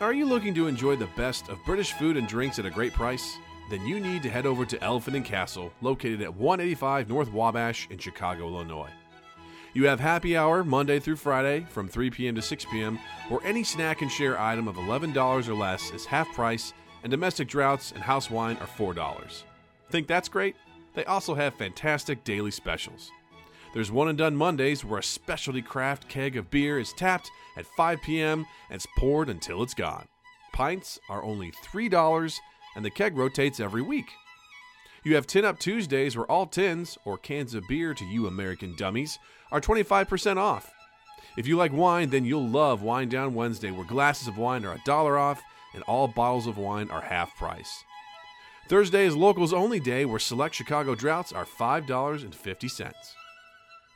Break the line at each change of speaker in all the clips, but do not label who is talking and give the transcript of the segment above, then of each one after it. Are you looking to enjoy the best of British food and drinks at a great price? Then you need to head over to Elephant and Castle, located at 185 North Wabash in Chicago, Illinois. You have happy hour Monday through Friday from 3 p.m. to 6 p.m., where any snack and share item of $11 or less is half price, and domestic draughts and house wine are $4. Think that's great? They also have fantastic daily specials. There's one and done Mondays where a specialty craft keg of beer is tapped at 5 p.m. and it's poured until it's gone. Pints are only $3 and the keg rotates every week. You have Tin Up Tuesdays where all tins, or cans of beer to you American dummies, are 25% off. If you like wine, then you'll love Wine Down Wednesday where glasses of wine are a dollar off and all bottles of wine are half price. Thursday is locals only day where select Chicago draughts are $5.50.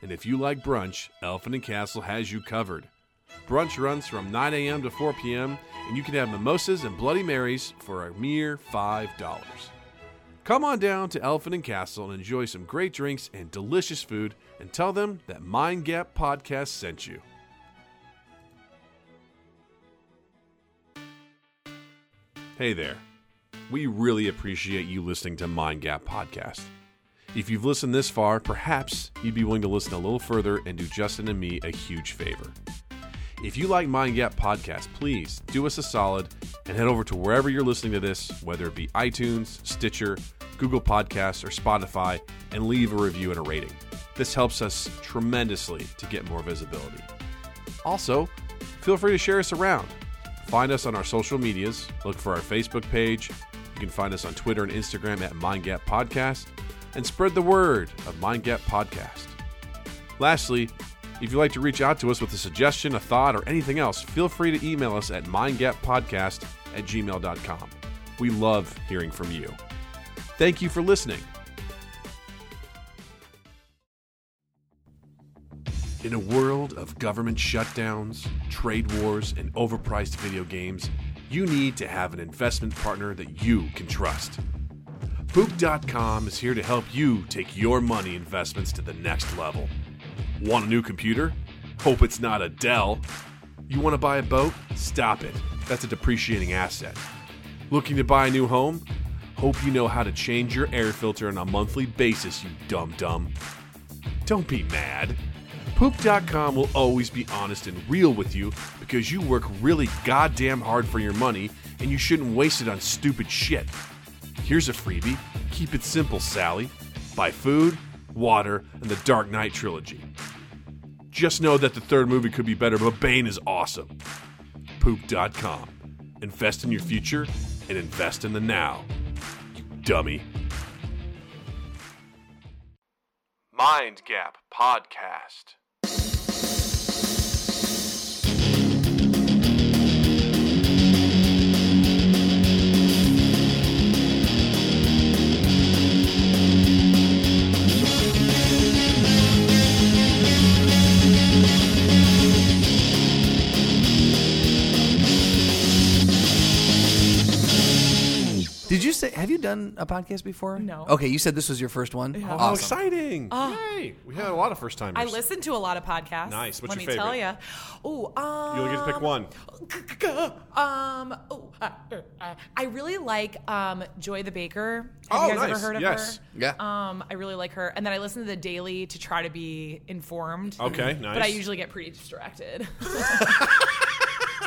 And if you like brunch, Elephant and Castle has you covered. Brunch runs from 9 a.m. to 4 p.m., and you can have mimosas and Bloody Marys for a mere $5. Come on down to Elephant and Castle and enjoy some great drinks and delicious food, and tell them that Mind Gap Podcast sent you. Hey there. We really appreciate you listening to Mind Gap Podcast. If you've listened this far, perhaps you'd be willing to listen a little further and do Justin and me a huge favor. If you like Mind Gap Podcast, please do us a solid and head over to wherever you're listening to this, whether it be iTunes, Stitcher, Google Podcasts, or Spotify, and leave a review and a rating. This helps us tremendously to get more visibility. Also, feel free to share us around. Find us on our social medias. Look for our Facebook page. You can find us on Twitter and Instagram at Mind Gap Podcast and spread the word of Mind Gap Podcast. Lastly, if you'd like to reach out to us with a suggestion, a thought, or anything else, feel free to email us at mindgappodcast at gmail.com. We love hearing from you. Thank you for listening. In a world of government shutdowns, trade wars, and overpriced video games, you need to have an investment partner that you can trust. Boop.com is here to help you take your money investments to the next level. Want a new computer? Hope it's not a Dell. You want to buy a boat? Stop it. That's a depreciating asset. Looking to buy a new home? Hope you know how to change your air filter on a monthly basis, you dumb dumb. Don't be mad. Poop.com will always be honest and real with you because you work really goddamn hard for your money and you shouldn't waste it on stupid shit. Here's a freebie. Keep it simple, Sally. Buy food, water, and the Dark Knight trilogy. Just know that the third movie could be better, but Bane is awesome. Poop.com. Invest in your future and invest in the now. You dummy. Mind Gap Podcast.
Did you say? Have you done a podcast before?
No.
Okay, you said this was your first one.
Oh, how
Awesome.
exciting! Yay! We had a lot of first timers.
I listen to a lot of podcasts.
Nice. What's
Let
your
me tell
favorite?
you. Oh, um,
You only get to pick one.
Um, oh, uh, uh, I really like um, Joy the Baker. Have
Oh,
you guys ever
nice.
heard of
Yes.
her?
Yeah.
Um, I really like her. And then I listen to the Daily to try to be informed.
Okay, Oh, nice.
But I usually get pretty distracted.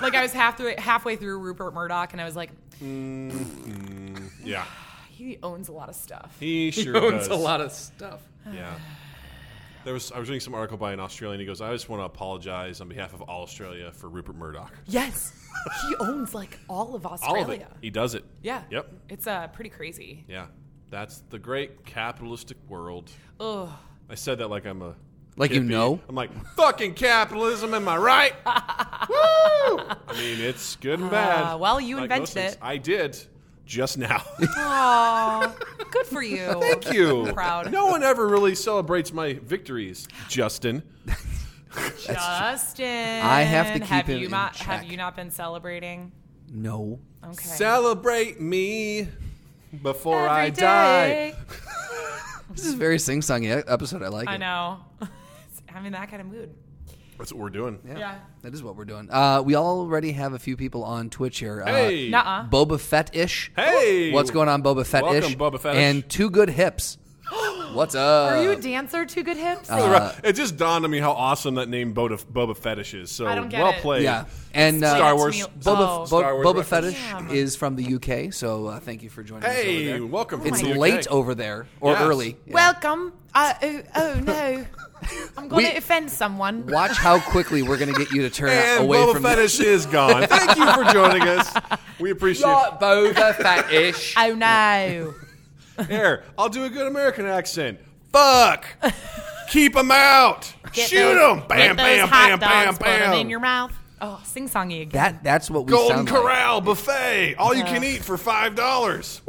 like I was half through, halfway through Rupert Murdoch, and I was like,
yeah.
he owns a lot of stuff.
He sure does.
owns a lot of stuff.
Yeah. There was I was reading some article by an Australian. He goes, "I just want to apologize on behalf of all Australia for Rupert Murdoch.
Yes, he owns like all of
All
Australia.
of it. He does it.
Yeah.
Yep.
It's uh, pretty crazy.
Yeah. That's the great capitalistic world.
Ugh.
I said that like I'm a
Like you
hippie.
know?
I'm like fucking capitalism. Am I right? Woo! I mean, it's good and bad.
Uh, well, you
Like
invented
most things.
it.
I did just now.
Aw, good for you.
Thank you.
I'm proud.
No one ever really celebrates my victories, Justin.
Justin.
I have to keep
have
him
you
in
not,
check.
Have you not been celebrating?
No.
Okay.
Celebrate me before
Every
I
day.
die.
This is a very sing-songy e- episode. I like it.
I know. I'm in that kind of mood.
That's what we're doing.
Yeah.
That is what we're doing. Uh, we already have a few people on Twitch here. Uh,
Hey.
Nuh-uh.
Boba Fett ish.
Hey.
What's going on, Boba Fett ish?
Welcome, Boba Fett-ish.
And two good hips. What's up?
Are you a dancer? Two good hips.
uh, it just dawned on me how awesome that name Boba, Boba Fetish is. So
I don't get
well
it.
played.
yeah. And uh,
Star Wars.
Boba,
Oh.
Bo-
Star Wars
Boba
reference.
Fettish
Damn.
is from the UK, so uh, thank you for joining us.
Hey,
over there.
welcome from
It's
the UK.
late over there or
Yes.
early. Yeah.
Welcome. Uh, oh, oh no. I'm going
We-
to offend someone.
Watch how quickly we're going to get you to turn
And
away
Boba
from
Fetish is gone. Thank you for joining us. We appreciate
the Boba Fettish.
Oh no.
it. Here, I'll do a good American accent. Fuck. Keep them out.
Get
Shoot
those-
them. Bam,
get those
bam,
hot
bam, bam,
dogs, put 'em
bam.
in your mouth. Oh, sing songy again.
That that's what we
Golden
sound like.
Corral buffet. All you can eat for five dollars.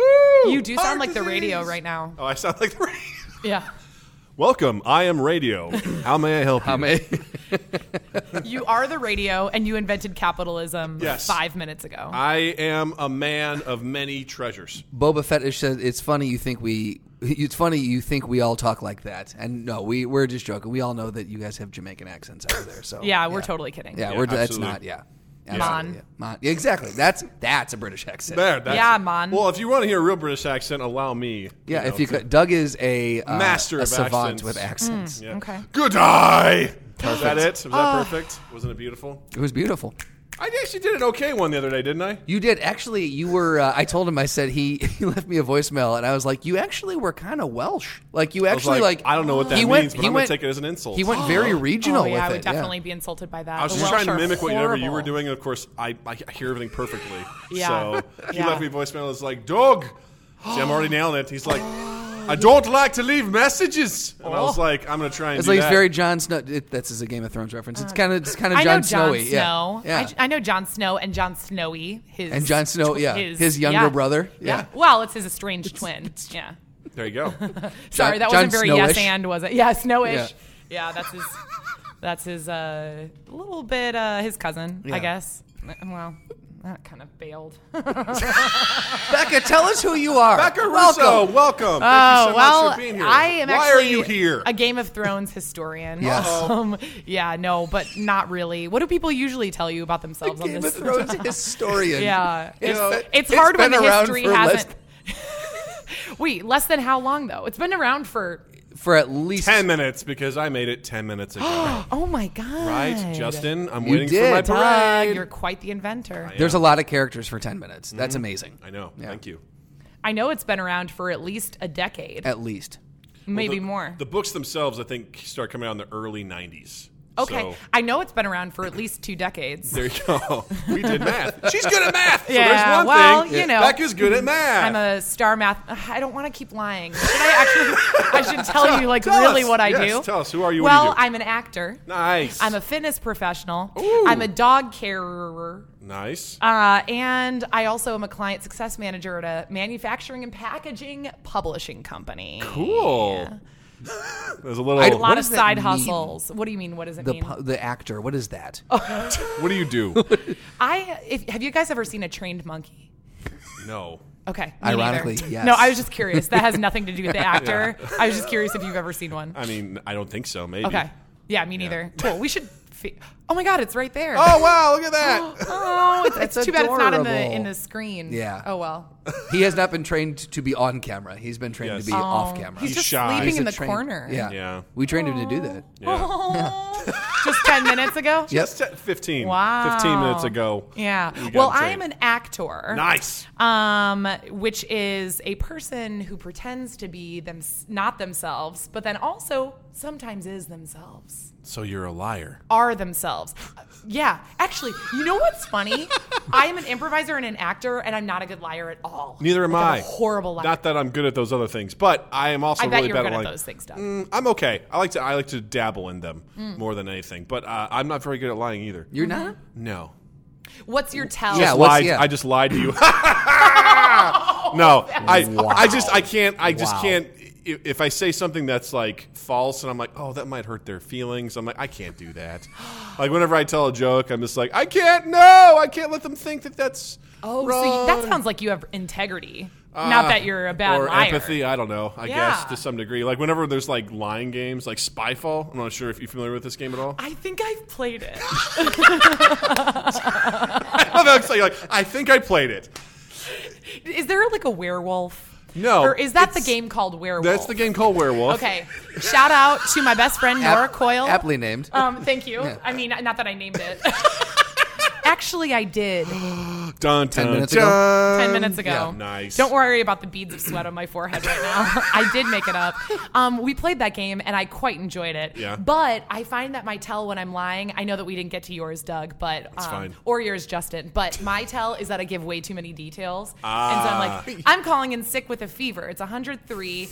you do sound like the radio right now.
Oh, I sound like the radio.
Yeah.
Welcome. I am radio. How may I help you?
How many?
You are the radio, and you invented capitalism
Yes.
five minutes ago.
I am a man of many treasures.
Boba Fettish says it's funny you think we it's funny you think we all talk like that. And no, we we're just joking. We all know that you guys have Jamaican accents out there. So
Yeah, we're totally kidding.
Yeah,
Yeah,
we're that's
absolutely.
not yeah.
Mon.
Absolutely, yeah. Mon. Exactly. That's that's a British accent.
There, that's,
Yeah, man.
Well, if you want to hear a real British accent, allow me.
yeah,
know,
if you
to-
could Doug is a uh,
Master
a
of
savant
accents.
with accents.
Yeah.
Okay.
Good eye. Was that it? Was that
Ah.
perfect? Wasn't it beautiful?
It was beautiful.
I actually did an okay one the other day, didn't I?
You did actually. You were. Uh, I told him. I said he, he left me a voicemail, and I was like, "You actually were kind of Welsh. Like you
was
actually
like,
like,
I don't know what that
he
means,
went-
but
he
I'm
went-
gonna take it as an insult.
He went very regional
Oh, yeah,
with
I would
it. yeah.
definitely be insulted by that.
I was
The
just
Welsh
trying to
are
mimic what you, you were
horrible.
doing, and of course, I, I hear everything perfectly.
Yeah.
So he
Yeah.
left me a voicemail. It's like, dog. See, I'm already nailing it. He's like, I don't like to leave messages. And I was
Oh.
like, I'm gonna try and
It's
do
like
that.
it's very John Snow. It, that's is a Game of Thrones reference. It's kind of it's kind of
Uh, I
John
know Jon
Snowy.
Snow.
Yeah, yeah.
I, I know Jon Snow and Jon Snowy. His
And Jon Snow,
tw-
yeah, his younger brother, yeah.
Well, it's his estranged twin. yeah.
there you go.
Sorry, that
Jon
wasn't very
Snowish.
yes and was it? Yeah, Snowish. Yeah, that's his. That's his. Uh, little bit. Uh, his cousin,
Yeah.
I guess. Well, that kind of bailed.
Becca, tell us who you are.
Becca
Welcome.
Russo, welcome. Thank you
Oh
so
well,
much for being here.
I am.
Why
actually
are you here?
A Game of Thrones historian.
Yes.
Um, yeah. No, but not really. What do people usually tell you about themselves on
Game of
this?
Thrones historian.
Yeah, it's,
know,
it's
it's
hard
been
when the
around
history
for
hasn't.
less-
Wait, less than how long though? It's been around for.
for at least
ten minutes because I made it ten minutes ago.
Oh my god!
right, Justin? I'm
You
waiting
did.
for my
Doug,
parade.
you're quite the inventor.
There's a lot of characters for ten minutes. That's amazing.
Mm-hmm. I know. Thank you.
I know it's been around for at least a decade,
At least.
Well,
maybe
the-
more.
The books themselves, I think, start coming out in the early '90s.
okay,
So,
I know it's been around for at least two decades.
there you go. We did math. She's good at math. So
Yeah,
there's one
well,
thing.
you Yeah. know.
Becca's good at math.
I'm a star math. Ugh, I don't want to keep lying. Should I actually? I should tell, you like
tell
really
us.
what I
Yes,
do.
tell us. Who are you? What do
Well,
you do?
I'm an actor.
nice.
I'm a fitness professional.
Ooh.
I'm a dog carer.
nice.
Uh, and I also am a client success manager at a manufacturing and packaging publishing company.
cool. There's a little.
I-
A
What
lot of
does that
side
mean?
hustles. What do you mean? What does it
The
mean? Oh.
pu- the actor. What is that?
what do you do?
I if, have you guys ever seen a trained monkey?
no.
Okay. me
Ironically,
neither.
yes.
No, I was just curious. That has nothing to do with the actor. I was just curious if you've ever seen one.
I mean, I don't think so. Maybe.
Okay. Yeah, me neither. Cool. We should. Fi- oh my God, it's right there.
Oh wow! Look at that.
Oh, it's, it's
That's
too bad it's not in the
adorable.
in the screen.
Yeah.
Oh well.
he has not been trained to be on camera. He's been trained
Yes.
to be off
Oh,
camera.
He's, just
shy.
sleeping
He's
a
in the
trained-
corner.
Yeah.
Yeah.
We trained him to do that.
Yeah.
Oh, just 10 minutes ago?
Just at 15.
Wow.
15 minutes ago.
Yeah.
We got
Well,
him
I am
trained.
an actor.
Nice.
Um, which is a person who pretends to be them not themselves, but then also sometimes is themselves.
So you're a liar.
Are themselves. Uh, Yeah. Actually, you know what's funny? I am an improviser and an actor, and I'm not a good liar at all.
Neither am
Like, I'm
I.
a horrible liar.
Not that I'm good at those other things, but I am also
I bet
really
you're
bad
good
at
at
lying.
those things, Doug.
Mm, I'm okay. I like to I like to dabble in them more than anything, but uh, I'm not very good at lying either.
You're not.
no.
What's your tell?
Yeah,
Just
what's-
lied.
yeah.
I just lied to you. no, I I just I can't I just
Wow.
can't. i- If I say something that's like false, and I'm like, oh, that might hurt their feelings. I'm like, I can't do that. like whenever I tell a joke, I'm just like, I can't. No, I can't let them think that that's.
Oh, so
wrong.
you, that sounds like you have integrity. Not that you're a bad
Ah. or
liar.
empathy. I don't know. I
Yeah.
guess to some degree. Like whenever there's like lying games, like Spyfall. I'm not sure if you're familiar with this game at all.
I think I've played it.
I love how it's like, like, I think I played it.
Is there like a werewolf?
No,
Or is that the
it's-
game called Werewolf?
That's the game called Werewolf.
Okay. Shout out to my best friend Nora
Ap-
Coyle.
aptly named.
Um, thank you. I mean, not that I named it. Actually, I did
Dun, dun,
minutes
dun.
ago?
Um,
10 minutes ago.
yeah,
nice.
Don't worry about the beads of sweat on my forehead right now. I did make it up. Um, we played that game and I quite enjoyed it.
Yeah.
But I find that my tell when I'm lying, I know that we didn't get to yours, Doug, but um,
fine.
or yours, Justin. But my tell is that I give way too many details.
Ah.
And so I'm like, I'm calling in sick with a fever. It's 103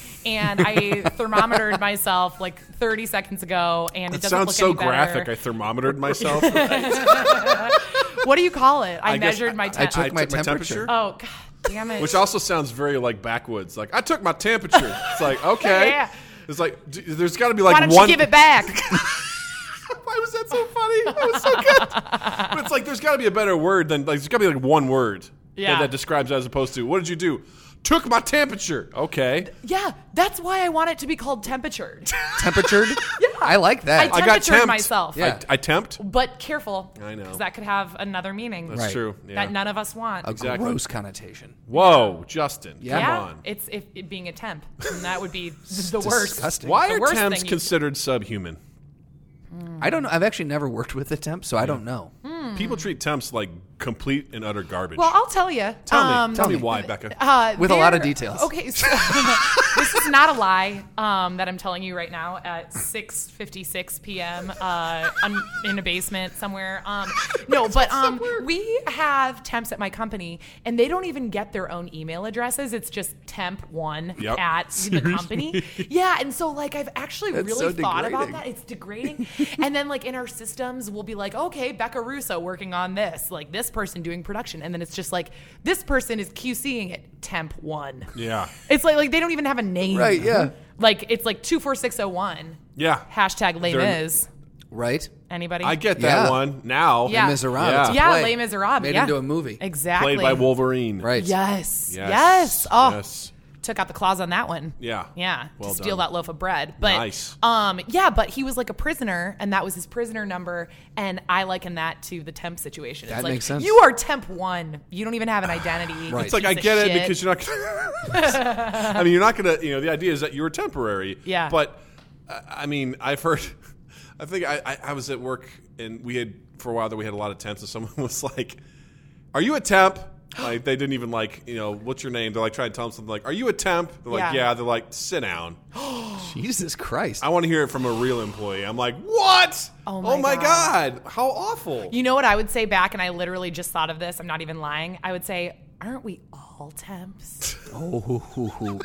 and I thermometered myself like 30 seconds ago and it
That
doesn't
sounds
look
so
any better.
graphic. I thermometered myself.
What do you call it? I,
I guess
measured
I-
my
I
tell.
took my temperature.
oh, God damn it.
which also sounds very like backwoods. Like I took my temperature. It's like okay.
Yeah.
It's like d- there's got to be
Why
like
don't
one.
you give it back?
Why was that so funny? That was so good. but it's like there's got to be a better word than like there's got to be like one word
Yeah.
that, that describes it as opposed to what did you do? Took my temperature. Okay.
Yeah, that's why I want it to be called temperature.
Temperatured. yeah. I like that.
I
I got
Temperatured
temped.
myself.
Yeah. I, I tempt.
But careful.
I know.
'cause that could have another meaning
That's
Right.
true. Yeah.
that none of us want.
exactly.
Gross connotation.
Whoa, Justin.
Yeah.
Come
yeah,
on.
it's if, it being a temp. And that would be the worst.
Disgusting.
Why
the
are
worst
temps
thing you-
considered subhuman?
I don't know. I've actually never worked with a temp, so I don't know.
People treat temps like complete and utter garbage.
Hmm. Well, I'll tell you.
tell
um,
me, tell me
me.
why, Becca.
Uh,
With a lot of
there-
details.
Okay, so this is not a lie um, that I'm telling you right now at 6:56 p.m. Uh, I'm in a basement somewhere. Um, no, but um, we have temps at my company, and they don't even get their own email addresses. It's just temp one
Yep.
at the company. Yeah, and so like I've actually really
so
thought about
degrading.
that. It's degrading. and then like in our systems, we'll be like, okay, Becca Russo working on this, like this person doing production, and then it's just like this person is QCing it. Temp one.
yeah.
It's like like they don't even have a name.
Right, yeah.
Like it's like two four six zero one.
Yeah.
Hashtag lame
They're-
is
Right?
anybody?
I get that
Yeah.
one now.
Yeah.
Les Miserables.
Yeah.
It's a
Yeah,
uh, play.
lame is a Rob.
Made
yeah.
into a movie.
Exactly.
Played by Wolverine.
Right.
Yes.
Yes.
Yes. Oh,
Yes.
took out the claws on that one.
Yeah.
Yeah.
Well
to steal
done.
that loaf of bread. But
Nice.
um yeah, but he was like a prisoner and that was his prisoner number and I liken that to the temp situation.
That
it's like
makes sense.
you are temp 1. You don't even have an identity.
Right.
It's like I get it because you're not. Gonna, I mean, you're not gonna. You know, the idea is that you were temporary.
Yeah.
But uh, I mean, I've heard. I think I, I, I was at work and we had for a while that we had a lot of temps and someone was like, "Are you a temp?" Like they didn't even like you know what's your name. They're like trying to tell them something like, "Are you a temp?" They're like,
Yeah.
"Yeah." They're like, "Sit down."
Jesus Christ.
I want to hear it from a real employee. I'm like, "What?
Oh my
god.
God.
How awful!"
You know what I would say back and I literally just thought of this. I'm not even lying. I would say aren't we all temps?
Oh, hoo, hoo, hoo.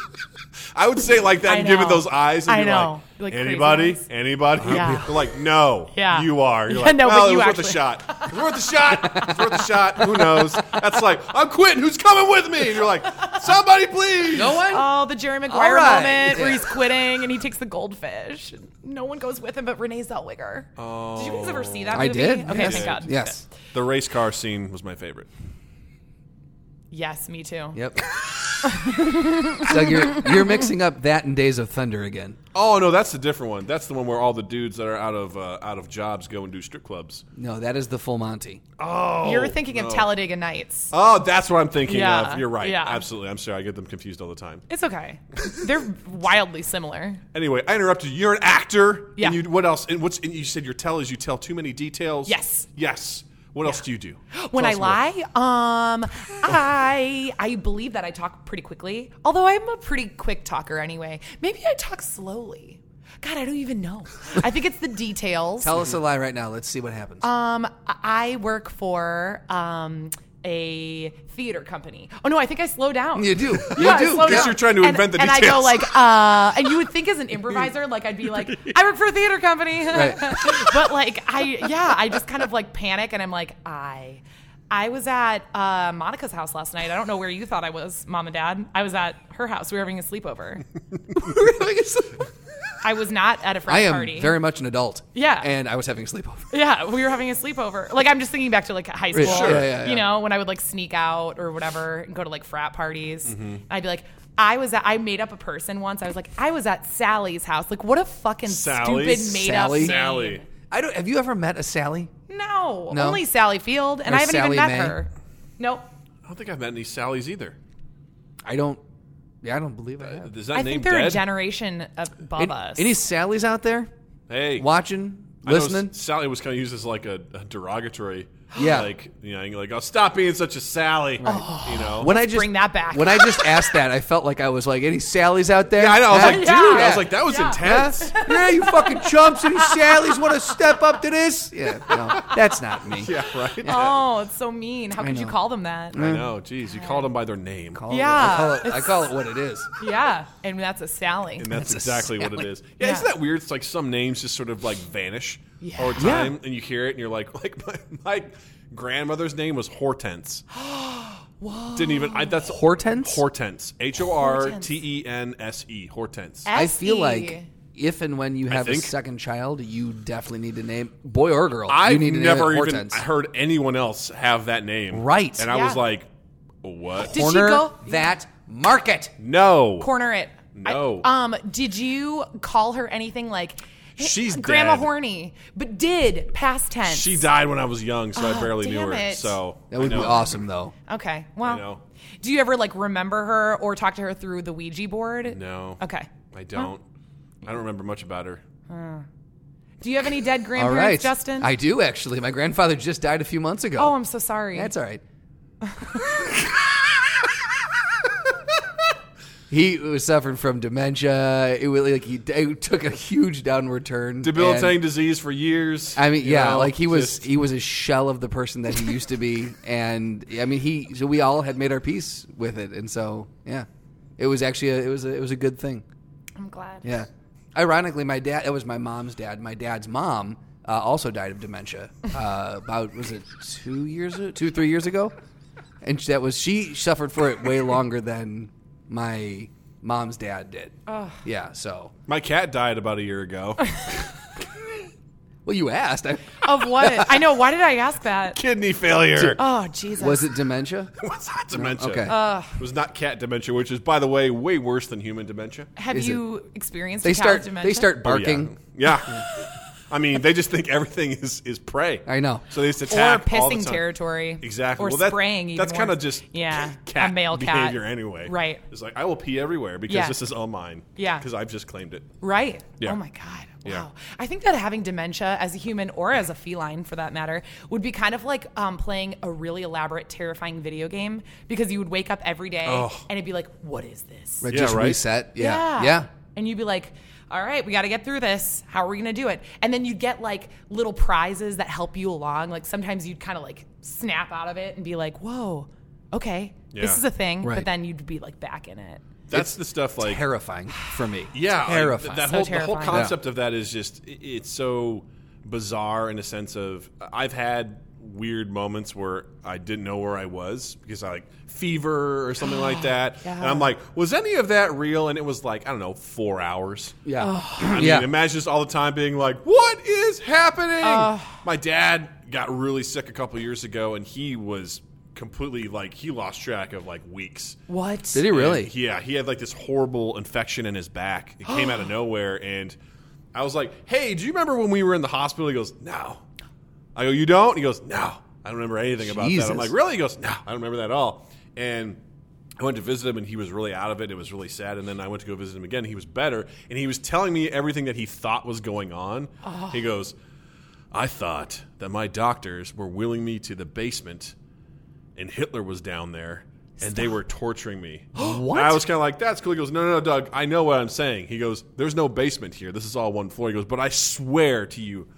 I would say it like that
I
and give it
know.
those eyes. And
I
be
know.
Like,
Like crazy
anybody?
eyes.
Anybody?
Yeah.
They're like, no.
Yeah.
You are. You're
Yeah,
like,
no, but
well, it
you
was worth a
actually-
shot. It was worth a shot. It was worth a shot. Who knows? That's like, I'm quitting. Who's coming with me? And you're like, somebody, please.
No one?
Oh, the Jerry Maguire
right.
moment where
Yeah.
he's quitting and he takes the goldfish. No one goes with him but Renee Zellweger. Did you guys ever see that?
I
movie?
did.
Okay,
yes.
thank God.
Yes.
The race car scene was my favorite.
Yes, me too.
Yep. Doug, you're, you're mixing up that and Days of Thunder again.
Oh no, that's the different one. That's the one where all the dudes that are out of uh, out of jobs go and do strip clubs.
No, that is the full Monty.
You're thinking of Talladega Nights.
Oh, that's what I'm thinking
Yeah.
of. You're right.
Yeah.
Absolutely. I'm sorry. I get them confused all the time.
It's okay. They're wildly similar.
Anyway, I interrupted. you. You're an actor.
Yeah.
And you, what else? And what's? And you said your tell is you tell too many details.
Yes.
Yes. What else do you do?
When
Tell
I
us more.
lie, um, I I believe that I talk pretty quickly. Although I'm a pretty quick talker anyway. Maybe I talk slowly. God, I don't even know. I think it's the details.
Tell us a lie right now. Let's see what happens.
Um, I I work for um, a theater company. Oh no, I think I slow down.
you do. You
Yeah, I
do.
slow
Guess
down.
you're trying to
And-
invent the
and
details.
I go like, uh, and you would think as an improviser, like I'd be like, I work for a theater company,
Right.
but like I, yeah, I just kind of like panic, and I'm like, I, I was at uh, Monica's house last night. I don't know where you thought I was, mom and dad. I was at her house. We were having a sleepover. I was not at a frat
I am
party.
very much an adult.
Yeah.
And I was having a sleepover.
yeah, we were having a sleepover. Like I'm just thinking back to like high school,
Sure. Yeah, yeah, yeah.
you know, when I would like sneak out or whatever and go to like frat parties.
Mm-hmm.
I'd be like, I was at, I made up a person once. I was like, I was at Sally's house. Like what a fucking
Sally?
stupid made
Sally?
up
Sally.
name.
I don't. Have you ever met a Sally?
No,
No?
only Sally Field, and
Or
I haven't
Sally
even met
May?
her. Nope.
I don't think I've met any Sallys either.
I don't. Yeah, I don't believe I have.
Is that
I
name
think they're a
dead?
generation above
Any,
us.
any Sallys out there
hey,
watching,
I know
listening?
S- Sally was kind of used as like a, a derogatory.
Yeah.
Like, you know, like, oh, stop being such a Sally. You
Oh.
know?
When I just
bring that back.
When I just asked that, I felt like I was like, any Sallys out there?
yeah, I know. I was
Huh?
like, dude, I was like, that was
Yeah.
intense.
Yeah, yeah, you fucking chumps. Any Sallys want to step up to this? Yeah, no, that's not me.
Yeah, right?
oh, it's so mean. How could you
know.
call them that?
I know. Jeez, you called them by their name.
Call it-
Yeah,
I, call it, I call it what it is.
Yeah, and that's a Sally.
And that's,
That's a
exactly what it
Sally.
is. Yeah,
Yeah.
isn't that weird? It's like some names just sort of like vanish
Yeah.
over time, and you hear it, and you're like, like my, my grandmother's name was Hortense. Didn't even. I, that's
Hortense?
Hortense. H o r t e n s e. Hortense.
I feel
SE.
like if and when you have a
think-
second child, you definitely need to name boy or girl. you
I've
need to
never
name it
even
Hortense.
heard anyone else have that name.
Right.
And I
Yeah.
was like, what?
Did she
Corner
go-
that market.
no.
corner it.
No.
I- um, did you call her anything like "Hey,
She's
Grandma
dead.
Horny, but did past tense.
she died when I was young, so I barely knew
Oh, damn
her.
it.
So
That would
I
be
know.
awesome, though.
Okay. Well,
know.
do you ever like remember her or talk to her through the Ouija board?
No.
Okay.
I don't. I don't remember much about her.
Do you have any dead
All
grandparents,
right,
Justin?
I do actually. My grandfather just died a few months ago.
oh, I'm so sorry.
That's all right. he was suffering from dementia. It was like he it took a huge downward turn.
Debilitating
And,
disease for years.
I mean,
you
yeah,
know,
like he was
just-
he was a shell of the person that he used to be, and I mean he. So we all had made our peace with it, and so yeah, it was actually a, it was a, it was a good thing.
I'm glad.
Yeah. Ironically, my dad, it was my mom's dad. My dad's mom uh, also died of dementia uh, about, was it two years, two, three years ago? And that was, she suffered for it way longer than my mom's dad did. Yeah, so.
my cat died about a year ago.
Well, you asked. I,
Of what? I know. Why did I ask that?
Kidney failure.
Oh, Jesus.
was it dementia?
It was not dementia.
okay.
it was not cat dementia, which is, by the way, way worse than human dementia.
Have
Is
you experienced
They
a cat
start,
dementia?
they start
Oh, yeah.
barking.
Yeah. I mean, they just think everything is is prey.
I know.
So they just
or
attack all the
pissing
time.
territory.
Exactly.
Or
well, that,
spraying. even
That's kind of
worse.
just
yeah,
cat
a male cat
behavior anyway.
Right.
It's like I will pee everywhere because
Yeah.
this is all mine.
Yeah.
Because I've just claimed it.
Right.
Yeah.
Oh my God. Wow.
Yeah.
I think that having dementia as a human or as a feline for that matter would be kind of like um, playing a really elaborate, terrifying video game because you would wake up every day
Oh.
and it'd be like, what is this?
Right,
Yeah,
just
right?
reset. Yeah. Yeah.
And you'd be like, all right, we got to get through this. How are we going to do it? And then you'd get like little prizes that help you along. Like sometimes you'd kind of like snap out of it and be like, whoa, okay,
Yeah.
this is a thing.
Right.
But then you'd be like back in it.
That's the stuff like
Terrifying for me.
yeah, like, th-
Terrifying.
that
So
whole the whole
terrifying.
concept of that is just i- it's so bizarre in a sense of I've had weird moments where I didn't know where I was because I like fever or something like that, and I'm like, was any of that real? And it was like I don't know, four hours.
yeah.
I
yeah.
mean, imagine just all the time being like, "What is happening?" My dad got really sick a couple years ago, and he was completely like he lost track of like weeks.
What?
Did he really?
And, yeah, he had like this horrible infection in his back. It came out of nowhere, and I was like, "Hey, do you remember when we were in the hospital?" He goes, "No." I go, "You don't?" He goes, "No, I don't remember anything about that."
Jesus.
I'm like, "Really?" He goes, "No, I don't remember that at all." And I went to visit him, and he was really out of it. It was really sad. And then I went to go visit him again. He was better, and he was telling me everything that he thought was going on.
Oh.
He goes, "I thought that my doctors were wheeling me to the basement." and Hitler was down there and they were torturing me. what? I was kind of like, that's cool. He goes, no, no, no, Doug, I know what I'm saying. He goes, there's no basement here. This is all one floor. He goes, but I swear to you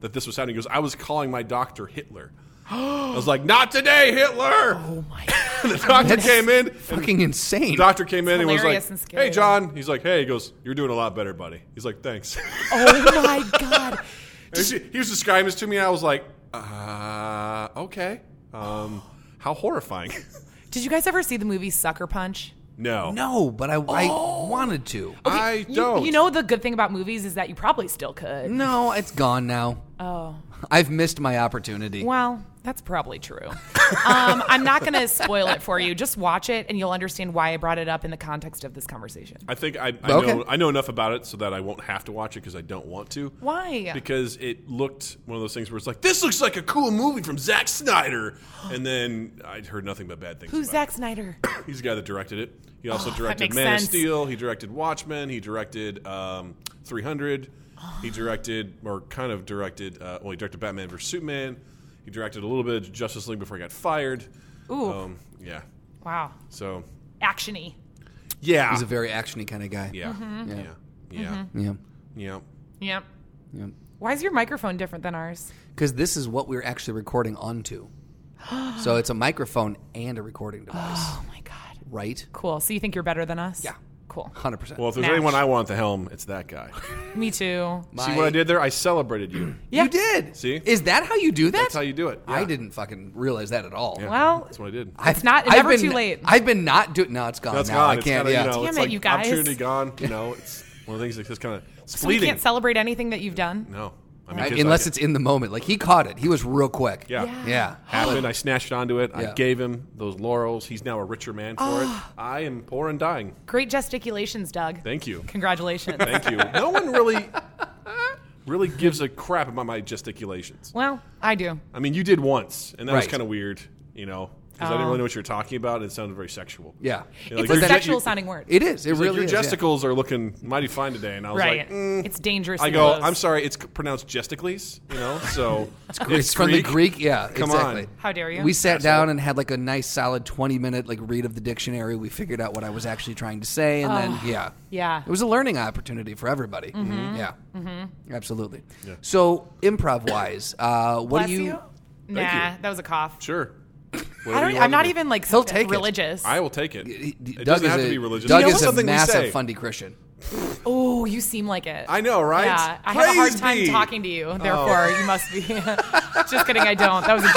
that this was happening. He goes, I was calling my doctor Hitler. I was like, not today, Hitler. Oh my God. the doctor came in. and
Fucking insane.
the doctor came in and was like,
hilarious and scary,
hey, John. He's like, hey, he goes, you're doing a lot better, buddy. He's like, thanks.
oh my God.
And she- he was describing this to me and I was like, uh, okay. Um, how horrifying.
Did you guys ever see the movie Sucker Punch?
No.
No, but I, I
Oh.
wanted to.
I
You-
don't.
You, know the good thing about movies is that you probably still could.
No, it's gone now.
Oh.
I've missed my opportunity.
Well, that's probably true. um, I'm not going to spoil it for you. Just watch it, and you'll understand why I brought it up in the context of this conversation.
I think I, I
Okay.
know I know enough about it so that I won't have to watch it because I don't want to.
Why?
Because it looked one of those things where it's like this looks like a cool movie from Zack Snyder, and then I'd heard nothing but bad things.
Who's
about
Zack Snyder?
It. He's the guy that directed it. He also
Oh, that
directed
makes
Man of
sense.
Steel. He directed Watchmen. He directed um, 300.
Oh.
He directed or kind of directed. Uh, well, he directed Batman vs Superman. He directed a little bit of Justice League before he got fired.
Ooh.
Um, yeah.
Wow.
So.
Actiony.
Yeah.
He's a very actiony kind of guy.
yeah.
Mm-hmm.
yeah.
Yeah.
Yeah.
Yeah.
Yeah.
Yep.
Yeah.
Why is your microphone different than ours?
Because this is what we're actually recording onto. so it's a microphone and a recording device,
Oh my god.
right?
Cool. So you think you're better than us?
Yeah.
Cool.
100%.
Well, if there's
Match.
anyone I want at the helm, it's that guy.
Me too.
See what I did there? I celebrated you.
Yeah.
You did.
See?
Is that how you do that?
That's how you do it.
I
Yeah.
didn't fucking realize that at all.
Yeah,
Well-
that's what I did.
I've,
It's not-
I've
never
been,
too late.
I've been not doing. No, it's gone.
That's
now.
gone.
I
It's
can't.
kinda,
yeah.
You know,
Damn
it's
it,
like
you guys.
Opportunity gone. You know, it's one of the things that's just kind of it's
So you
fleeting.
can't celebrate anything that you've done.
no, I mean,
I-
'cause
unless
I-
it's in the moment. Like he caught it. He was real quick.
yeah.
Yeah.
Yeah.
Happened. I snatched onto it. I
Yeah.
gave him those laurels. He's now a richer man for
Ah.
it. I am poor and dying.
Great gesticulations, Doug.
Thank you.
Congratulations.
Thank you. No one really, really gives a crap about my gesticulations.
Well, I do.
I mean, you did once, and that was
Right.
kind of weird. You know, because I didn't
Oh.
really know what you were talking about. and It sounded very sexual.
Yeah.
You know,
It's
like,
a
your-
sexual
your-
sounding word.
It is. It
He's like,
really is.
your
yeah.
gesticles are looking mighty fine today, and I was
right.
like, mm.
It's dangerous.
I
to
go,
those.
I'm sorry, it's c- pronounced gesticles, you know, so it's,
It's from the Greek. Yeah.
Come
exactly.
on.
How dare you?
We sat down and had like a nice solid 20 minute like read of the dictionary. We figured out what I was actually trying to say and then yeah.
Oh, Yeah.
It
Mm-hmm.
was a learning opportunity for everybody. Mm-hmm. Yeah. Absolutely. So, improv wise, uh, what
Bless
do you,
Nah, that was a cough.
Sure.
I
Whatever
don't, e,
you
I'm
want
not
to do.
even like
He'll
s-
take it.
religious.
I will take it.
He-
It
Doug
doesn't
is
have
a,
to be religious.
Doug
You know
is
what's
a
something we
massive
say?
fundy Christian.
Oh, you seem like it.
I know, right? Oh.
Yeah, I have a hard
Praise
time
be.
talking to you. Therefore, you must be. Just kidding. I don't. That was a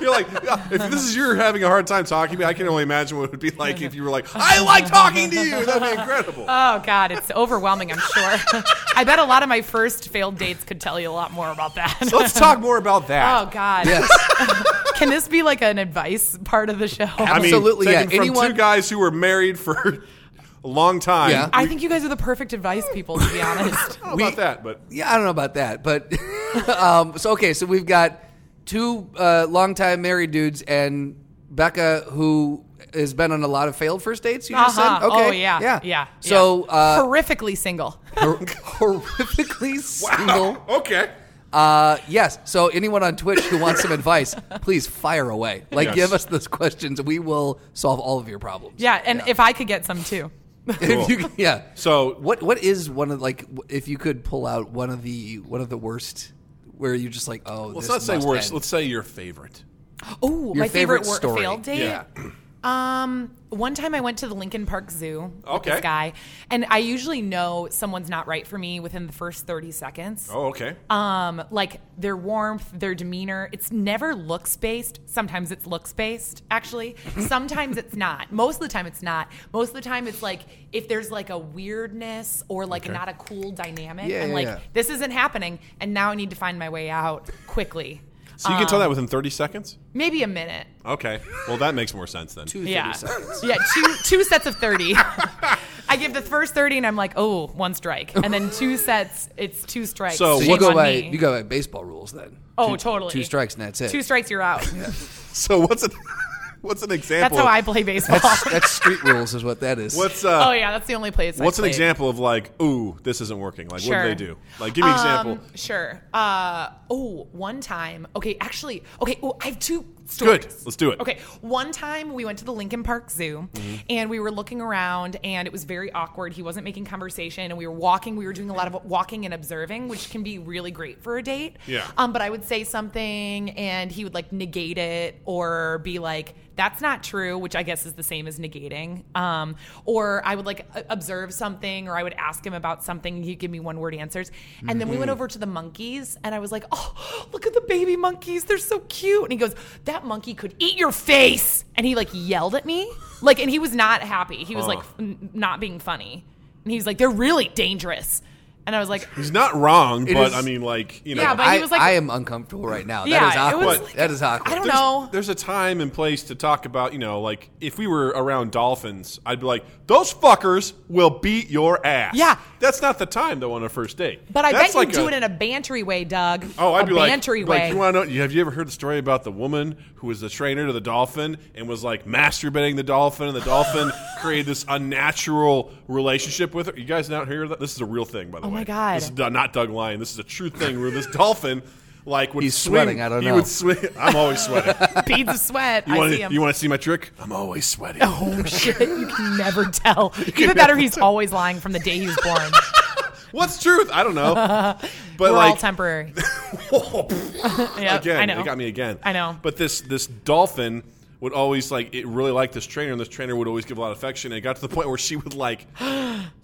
You're like, yeah, if this is you're having a hard time talking to me, I can only imagine what it would be like if you were like, I like talking to you. That'd be incredible.
oh God, it's overwhelming. I'm sure. I bet a lot of my first failed dates could tell you a lot more about that.
Let's talk more about that.
oh God.
Yes.
Can this be like an advice part of the show?
I mean,
absolutely,
taken
yeah.
From
Anyone-
two guys who were married for a long time.
Yeah.
I think you guys are the perfect advice people, to be honest.
I don't know about that, but
Yeah, I don't know about that, but um, so okay, so we've got two uh, longtime married dudes and Becca, who has been on a lot of failed first dates. You just said,
Uh-huh.
okay,
Oh yeah.
yeah,
Yeah.
So
yeah.
uh,
horrifically single.
hor- horrifically single.
okay.
Uh, yes. So anyone on Twitch who wants some advice, please fire away. Like,
Yes.
give us those questions. We will solve all of your problems.
Yeah, and if I could get some too.
If you- yeah.
So
What what is one of like w- if you could pull out one of the one of the worst where you just like oh
let's
this
not say
must
worse.
end.
Let's say your favorite.
Your
Oh, my favorite,
favorite
wor-
story.
failed date.
Yeah.
Um, one time I went to the Lincoln Park Zoo with
Okay.
this guy, and I usually know someone's not right for me within the first thirty seconds.
Oh, okay.
Um, like their warmth, their demeanor. It's never looks based. Sometimes it's looks based, actually. Sometimes it's not. Most of the time it's not. Most of the time it's like if there's like a weirdness or like
Okay.
not a cool dynamic.
Yeah,
and
yeah,
like
yeah.
this isn't happening, and now I need to find my way out quickly.
so you can tell
um,
that within 30 seconds?
Maybe a minute.
Okay. Well, that makes more sense then.
Two 30
yeah.
seconds.
Yeah, two two sets of thirty. I give the first thirty, and I'm like, oh, one strike, and then two sets. It's two strikes.
So
So
Shame
you go
on
by
me.
you go by baseball rules then.
Oh, totally.
Two strikes and that's it.
Two strikes, you're out.
So what's an what's an
That's
example?
how I play baseball.
That's street rules is what that is.
What's uh,
oh yeah, that's the only place. I
What's an
played.
example of like, ooh, this isn't working? Like, what
Sure.
do they do? Like, give me an example.
Um, sure. Uh, oh, one time. Okay, actually, okay. Oh, I have two stories.
Good. Let's do it. Mm-hmm.
Okay, one time we went to the Lincoln Park Zoo, and we were looking around, and it was very awkward. He wasn't making conversation, and we were walking. We were doing a lot of walking and observing, which can be really great for a date.
Yeah.
Um, but I would say something, and he would like negate it or be like, "That's not true," which I guess is the same as negating. Um, or I would like o- observe something, or I would ask him about something. He'd give me one word answers, and then we went over to the monkeys, and I was like, "Oh, look at the baby monkeys! They're so cute!" And he goes, "That that monkey could eat your face. And he like yelled at me. Like, and he was not happy. He was like
Huh.
f- n- not being funny. And he was like, they're really dangerous. And I was like,
He's not wrong,
It
but
is-
I mean, like you know,
Yeah, but he
I,
was like-
I am uncomfortable right now.
Yeah,
that is
it
awkward.
was
like-
that is awkward.
I don't
there's,
know.
there's a time and place to talk about you know, like if we were around dolphins, I'd be like, those fuckers will beat your ass.
Yeah.
that's not the time though on a first date.
but I
That's
bet you
like
do
a-
it in a bantery way, Doug.
Oh, I'd
a
be like,
bantery
like,
way.
you want to know? Have you ever heard the story about the woman who was the trainer to the dolphin and was like masturbating the dolphin, and the dolphin created this unnatural relationship with her? You guys not hear that? This is a real thing, by the way.
Oh my God.
This is d- not Doug Lyon. This is a true thing where this dolphin. Like would
He's
swing.
sweating, I don't
he
know.
Would swing. I'm always sweating.
beads of sweat.
You
I
want
see him.
to? You want to see my trick? I'm always sweating.
oh shit! You can never tell. Even better, he's always lying from the day he was born.
What's truth? I don't know. But
We're all
like,
temporary. Yeah,
again.
I know.
It got me again.
I know.
But this this dolphin would always like it really liked this trainer, and this trainer would always give a lot of affection. And it got to the point where she would like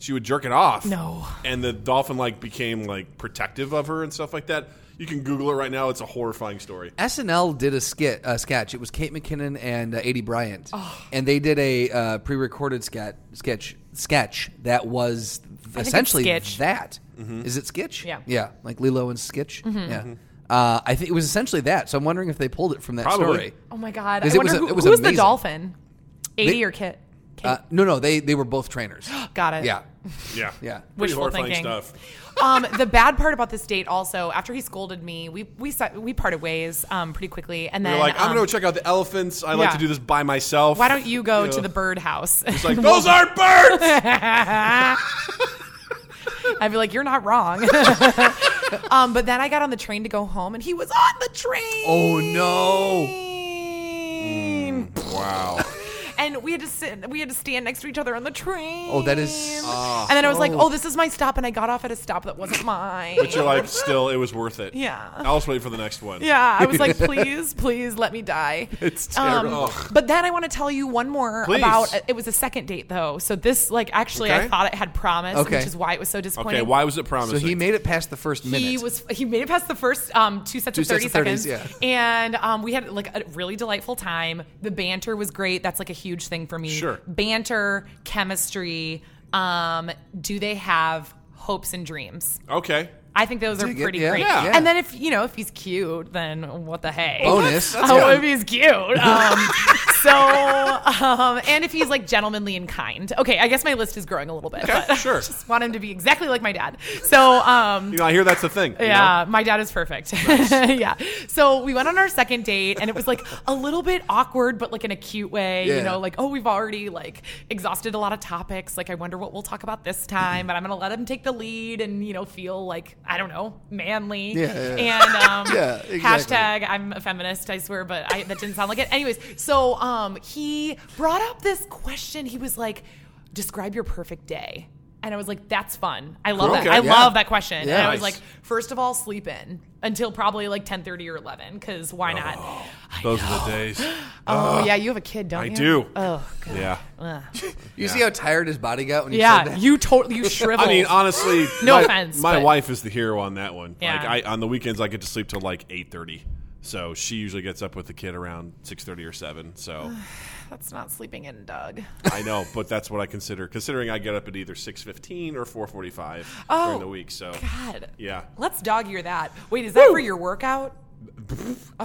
she would jerk it off.
No.
And the dolphin like became like protective of her and stuff like that. You can Google it right now. It's a horrifying story.
SNL did a skit, a sketch. It was Kate McKinnon and uh, Adie Bryant,
Oh.
and they did a uh, pre-recorded scat, sketch sketch that was
it's
essentially
sketch.
that. Is
Mm-hmm.
it sketch?
Yeah. Mm-hmm.
yeah, like Lilo and Skitch. Yeah, uh, I think it was essentially that. So I'm wondering if they pulled it from that
Probably.
story.
Oh my god! I
'Cause it
wonder
was a-
who,
it was
who's the
amazing.
dolphin, eighty
They-
or Kit? Kate?
Uh, no, no, they they were both trainers.
Got it.
yeah,
Yeah.
Yeah.
Pretty
Wishful
horrifying
thinking.
stuff.
um, the bad part about this date, also, after he scolded me, we we si- we parted ways um, pretty quickly, and then
You're like, I'm
um,
gonna go check out the elephants. I like
yeah.
to do this by myself.
Why don't you go
Yeah.
to the birdhouse?
It's like those aren't birds.
I'd be like, you're not wrong. um, but then I got on the train to go home, and he was on the train.
Oh, no.
Mm. wow.
And we had to sit. We had to stand next to each other on the train.
Oh, that is-
and then I was like, "Oh, this is my stop," and I got off at a stop that wasn't mine.
But you're like, still, it was worth it.
Yeah.
I'll just wait for the next one.
Yeah, I was like, please, please let me die. Um,
It's terrible. Ugh.
but then I want to tell you one more
Please.
about. It was a second date though, so this like actually
Okay.
I thought it had promise,
Okay.
which is why it was so disappointing.
Okay, why was it promising?
So he made it past the first minute.
He was he made it past the first um, two sets
Two
of thirty
sets of 30s,
seconds, and um, we had like a really delightful time. The banter was great. That's like a huge thing for me.
Sure.
banter, chemistry. Um, do they have hopes and dreams?
okay.
I think those are
Dig it,
pretty
yeah.
great.
Yeah.
And then if you know if he's cute, then what the hey?
Bonus. That's
Oh,
good.
if he's cute. Um, so um, and if he's like gentlemanly and kind. Okay, I guess my list is growing a little bit.
Okay,
but I
sure.
just want him to be exactly like my dad. So um,
You know, I hear that's the thing. you
yeah,
know?
my dad is perfect. yeah. So we went on our second date and it was like a little bit awkward, but like in a cute way,
Yeah.
you know, like, oh, we've already like exhausted a lot of topics. Like, I wonder what we'll talk about this
Mm-hmm.
time, but I'm going to let him take the lead and, you know, feel like, I don't know, manly.
Yeah, yeah,
And um,
Yeah, exactly.
hashtag I'm a feminist, I swear, but I, that didn't sound like it. Anyways, so um, he brought up this question. He was like, describe your perfect day. And I was like, that's fun. I love
Okay.
that. I
Yeah.
love that question. And
Yeah.
I was
Nice.
like, first of all, sleep in until probably like 10:30 or 11 because why
Oh.
not?
Those are the days.
Oh yeah, you have a kid, don't
I
you?
do.
Oh god.
Yeah.
you see how tired his body got when you said
Yeah,
that?
you totally you shrivel.
I mean, honestly,
No
my,
offense,
my
but-
wife is the hero on that one.
Yeah.
Like, I on the weekends, I get to sleep till like eight thirty. So she usually gets up with the kid around six thirty or seven. So
That's not sleeping in, Doug.
I know, but that's what I consider. Considering I get up at either six fifteen or four forty five during
Oh,
the week. So
God.
yeah,
Let's dog ear that. Wait, is that for your workout? A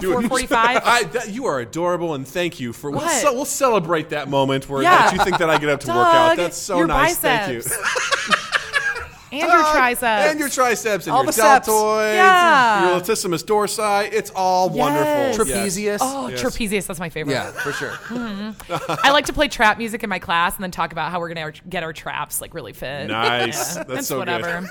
Dude,
445?
I, that, you are adorable, and thank you for. We'll,
What?
ce- we'll celebrate that moment where
Yeah.
that you think that I get up to
Doug,
work out. That's so
your
nice.
biceps.
Thank you.
and your triceps.
and your triceps and
All
your
the steps.
deltoids,
Yeah.
your latissimus dorsi. It's all
Yes.
wonderful. Yes.
trapezius.
Oh,
Yes.
trapezius, that's my favorite.
Yeah, for sure.
I like to play trap music in my class and then talk about how we're gonna get our traps like really fit.
Nice. That's so good.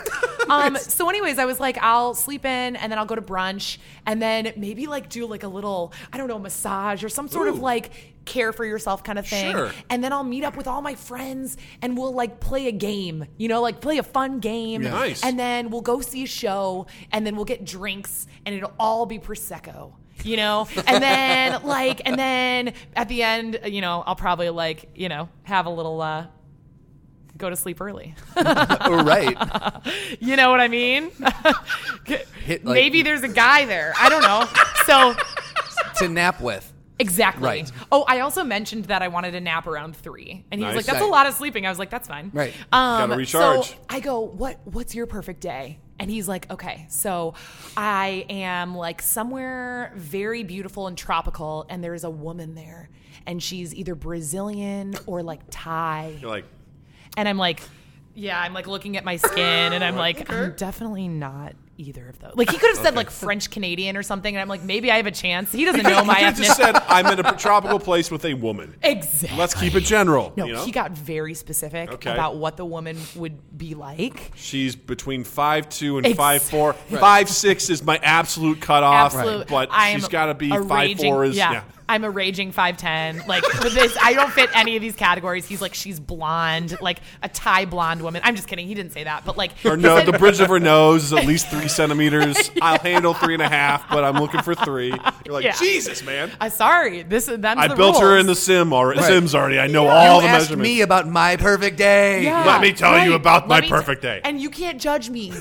um, so, anyways, I was like, I'll sleep in and then I'll go to brunch and then maybe like do like a little, I don't know, massage or some sort
Ooh.
of like care for yourself kind of thing.
Sure.
And then I'll meet up with all my friends and we'll like play a game, you know, like play a fun game.
Yeah. Nice.
And then we'll go see a show and then we'll get drinks and it'll all be Prosecco. You know, and then like, and then at the end, you know, I'll probably like, you know, have a little uh, go to sleep early.
All Oh, right.
You know what I mean?
Hit, like-
Maybe there's a guy there. I don't know. So
to nap with.
Exactly.
Right.
Oh, I also mentioned that I wanted a nap around three, and he was
Nice.
like, "That's
Right.
a lot of sleeping." I was like, "That's fine."
Right.
Um,
Gotta recharge.
So I go, "What? What's your perfect day?" And he's like, "Okay, so I am like somewhere very beautiful and tropical, and there's a woman there, and she's either Brazilian or like Thai."
You're like,
And I'm like, yeah, I'm like looking at my skin and I'm like, I'm definitely not either of those. Like he could have said like French Canadian or something, and I'm like, maybe I have a chance. He doesn't know my
you just
ethnicity.
said I'm in a tropical place with a woman.
Exactly.
Let's keep it general.
no,
you know?
he got very specific
Okay.
about what the woman would be like.
She's between five two and
Ex-
five four. Five six is my absolute cutoff,
Absolute.
but
I'm
she's got to be
a
five
raging-
four. Is
yeah.
yeah.
I'm a raging 5'10. Like, with this, I don't fit any of these categories. He's like, she's blonde, like a Thai blonde woman. I'm just kidding. He didn't say that. But like,
Her
he
no,
said-
the bridge of her nose is at least three centimeters. I'll handle three and a half, but I'm looking for three. You're like
Yeah.
Jesus, man.
Uh, sorry, this is that's
I
the
built her
rules.
in the sim already.
Right.
Sims already. I know
You
all the
asked
measurements.
me about my perfect day.
Yeah,
Let me tell you about my
me t-
perfect day.
And you can't judge me,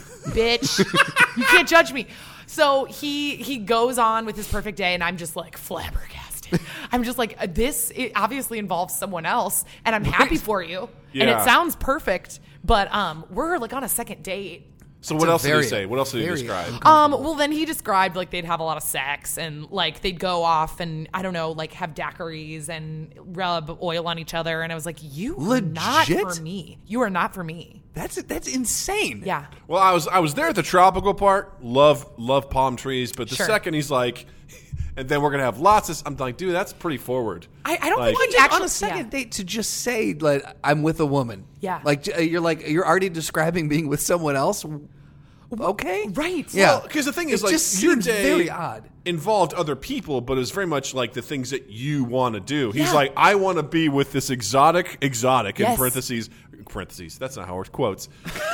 bitch. you can't judge me. So he he goes on with his perfect day, and I'm just like flabbergasted. I'm just like uh, this. It obviously involves someone else, and I'm happy for you. And
Yeah.
it sounds perfect, but um, we're like on a second date.
so what
a
else did
very-
he say? What else did he
very-
describe?
Um, well, then he described like they'd have a lot of sex and like they'd go off and I don't know, like have daiquiris and rub oil on each other. And I was like, you are not
Legit?
for me. You are not for me.
That's that's insane.
Yeah.
Well, I was I was there at the tropical part. Love love palm trees, but the
Sure.
second he's like, and then we're gonna have lots of. I'm like, dude, that's pretty forward.
I, I don't
Like-
think he
Just
actually.
on a second
yeah.
date to just say like I'm with a woman.
Yeah.
Like j- uh, you're like you're already describing being with someone else. Okay.
Right.
Yeah.
Well, because the thing
It
is, like,
just
your
seems
day
very odd.
involved other people, but it was very much like the things that you want to do. He's
Yeah.
like, I want to be with this exotic, exotic in
Yes.
parentheses, parentheses. That's not how it quotes,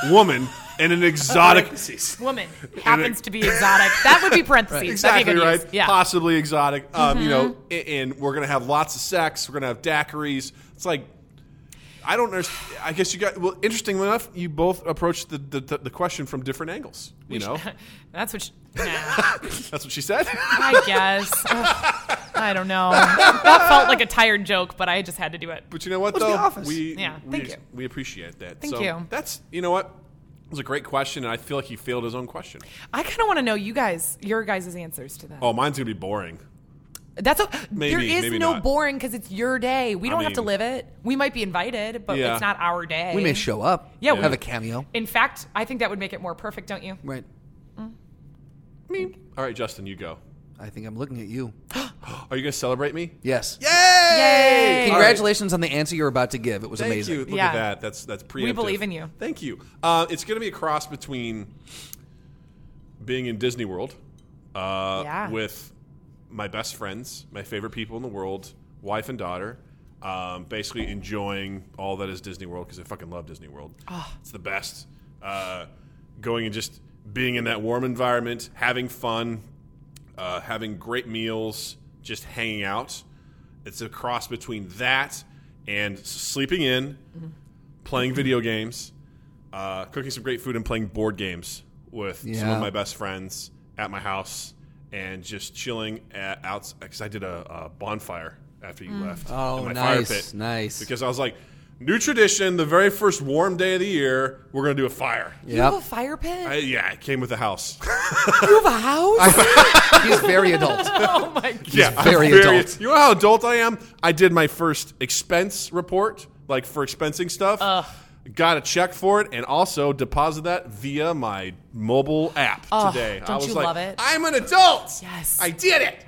woman and an exotic.
Woman happens to be exotic. That would be parentheses. That'd be
Exactly
a good
right.
use. Yeah. Mm-hmm.
Possibly exotic. Um, You know, a- and we're gonna have lots of sex. We're gonna have daiquiris. It's like. I don't understand. I guess you got. Well, interestingly enough, you both approached the, the, the, the question from different angles. You know,
That's what. She, nah,
that's what she said.
I guess. Ugh, I don't know. That felt like a tired joke, but I just had to do it.
But you know what,
What's
though,
the office?
we
Yeah,
we,
thank
ex-
you.
we appreciate that.
Thank
so
you.
That's you know what. It was a great question, and I feel like he failed his own question.
I kind of want to know you guys, your guys' answers to that.
Oh, mine's gonna be boring.
That's a,
Maybe,
there is
maybe
no
not.
boring because it's your day. We don't have to
mean-
live it. We might be invited, but
Yeah.
it's not our day.
We may show up.
Yeah,
We'll
we-
have a cameo.
In fact, I think that would make it more perfect, don't you?
Right.
All right, Justin, you go.
I think I'm looking at you.
Are you gonna celebrate me?
Yes.
Yay!
Yay!
Congratulations on the answer you're about to give. It was
Thank
amazing.
you. Look
Yeah.
at that. That's that's preemptive.
believe in you.
Thank you. Uh, it's gonna be a cross between being in Disney World uh,
Yeah.
with my best friends, my favorite people in the world, wife and daughter. Um, basically enjoying all that is Disney World because I fucking love Disney World.
Ah.
It's the best. Uh, going and just being in that warm environment, having fun, uh, having great meals, just hanging out. It's a cross between that and s- sleeping in,
Mm-hmm.
playing video games, uh, cooking some great food, and playing board games with some
Yeah.
of my best friends at my house and just chilling at out because I did a, a bonfire after you left.
Oh,
in my
nice,
fire pit
nice.
Because I was like, new tradition, the very first warm day of the year, we're gonna do a fire.
You have
Yep.
a fire pit?
I, yeah, it came with the house.
you have a house?
He's very adult.
oh my god.
yeah, I'm
very adult.
You know how adult I am? I did my first expense report, like for expensing stuff. Got a check for it, and also deposit that via my mobile app today. I
don't
was
you
like,
love it?
I'm an adult.
Yes.
I did it.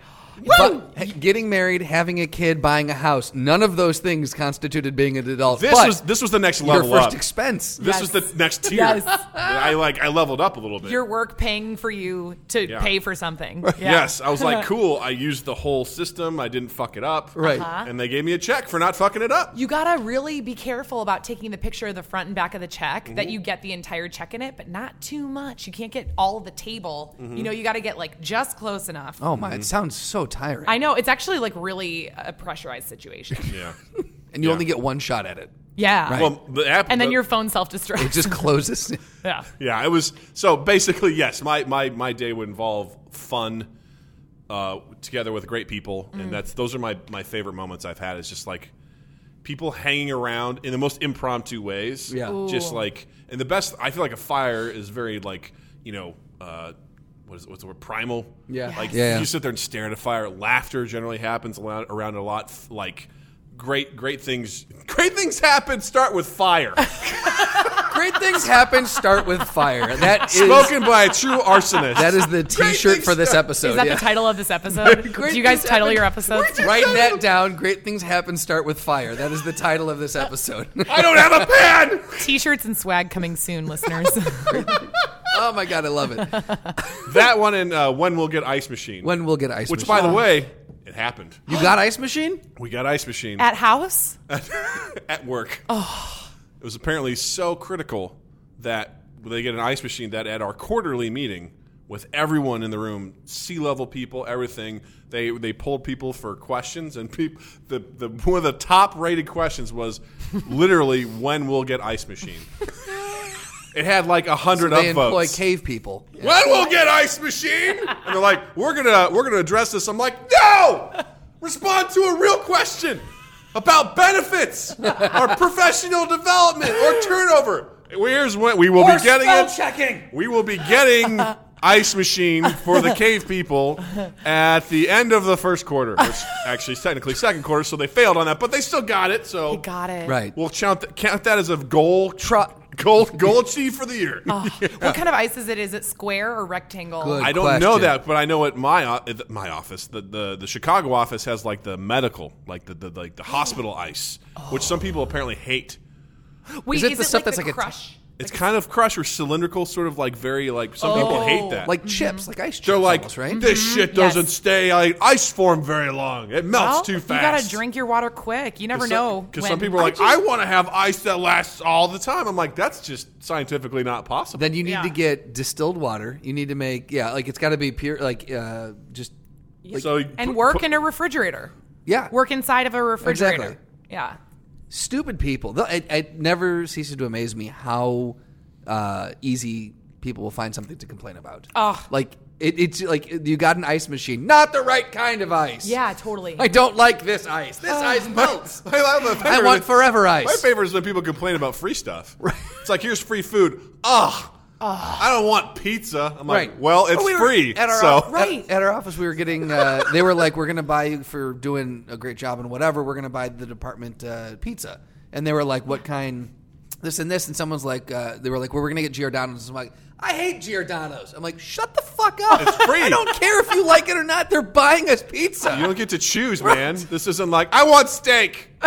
But hey, getting married, having a kid, buying a house, none of those things constituted being an adult.
This
but
was this was the next
your
level
first
up.
expense.
this
Yes.
was the next tier.
Yes.
I like I leveled up a little bit.
Your work paying for you to
Yeah.
pay for something. Yeah.
Yes, I was like, cool. I used the whole system. I didn't fuck it up.
Right. Uh-huh.
And they gave me a check for not fucking it up.
You gotta really be careful about taking the picture of the front and back of the check
Mm-hmm.
that you get the entire check in it, but not too much. You can't get all of the table.
Mm-hmm.
You know, you gotta get like just close enough.
Oh my!
Mm-hmm.
It sounds so tiring.
I know it's actually like really a pressurized situation.
Yeah.
and you
Yeah.
only get one shot at it.
Yeah.
Well, the app.
and then
the-
your phone self destructs.
It just Oh, closes.
yeah.
Yeah, it was so basically yes. My my my day would involve fun, uh, together with great people, and that's those are my my favorite moments I've had. Is just like people hanging around in the most impromptu ways.
Yeah. Ooh.
just like and the best. I feel like a fire is very like you know. Uh, what is, what's the word? Primal.
Yeah.
Like
Yeah.
you sit there and stare at a fire. Laughter generally happens alo- around a lot. F- Like great, great things. Great things happen. Start with fire.
Great things happen. Start with fire. That is
Spoken by a true arsonist.
that is the T-shirt
things
for this
start-
episode.
Is that
yeah.
the title of this episode?
Great
Do you guys
things
title
happen.
your episodes?
Write that down. Great things happen. Start with fire. That is the title of this episode.
I don't have a pen.
T-shirts and swag coming soon, listeners.
oh my god, I love it.
That one and uh, when we'll get ice machine.
When we'll get ice
which,
machine.
by the way, it happened.
you got ice machine?
We got ice machine at,
At house?
Oh.
work. It was apparently so critical that they get an ice machine that at our quarterly meeting with everyone in the room, sea level people, everything, they they pulled people for questions and peop, the, the one of the top rated questions was literally when we'll get ice machine. it had like a hundred
They
upvotes.
employ cave people.
when we'll get ice machine and they're like we're gonna we're gonna address this i'm like no respond to a real question about benefits or professional development or turnover here's when we will be getting it we will be getting ice machine for the cave people at the end of the first quarter which actually is technically second quarter so they failed on that but they still got it so
Got it.
Right.
we'll count, th- count that as a goal
Tru-
goal goal achieved for the year
Oh, What kind of ice is it? Is it square or rectangle?
Good.
I don't
question.
know that, but I know at my o- at my office, the, the the Chicago office has like the medical, like the, the like the hospital ice, which some people apparently hate.
Wait,
Is it the stuff that's
the
like a t-
crush?
It's kind of crush or cylindrical, sort of like very like some people hate that.
Like chips, like ice chips.
they're like
almost, right?
this shit
Oh. Mm-hmm. Yes.
doesn't stay like, ice form very long. It melts
Well,
Oh, too fast.
You gotta drink your water quick. You never know.
because
when-
some people are like, I want to have ice that lasts all the time. I'm like, that's just scientifically not possible.
Then you need
Yeah.
to get distilled water. You need to make yeah, like it's got to be pure, like uh, just
so you
and
put-
work
put-
in a refrigerator.
yeah.
Work inside of a refrigerator.
Exactly.
Yeah.
Stupid people. Though It, it never ceases to amaze me how uh, easy people will find something to complain about.
Ugh.
like it, it's like you got an ice machine, not the right kind of ice.
Yeah, totally.
I don't like this ice. This ice melts.
I, love the
I
favorite-
want forever ice.
My favorite is when people complain about free stuff. It's like here's free food. Ugh. I don't want pizza. I'm like,
Right.
well, it's
Well, we were
free.
At our,
so
at-
Right.
at, our office, we were getting. Uh, they were like, "We're going to buy you for doing a great job and whatever. We're going to buy the department uh, pizza." And they were like, "What kind?" This and this. And someone's like, uh, "They were like, well, we're going to get Giordano's." I'm like, "I hate Giordano's." I'm like, "Shut the fuck up!
It's free.
I don't care if you like it or not. They're buying us
you
pizza."
don't get to choose, man. This isn't like I want steak, but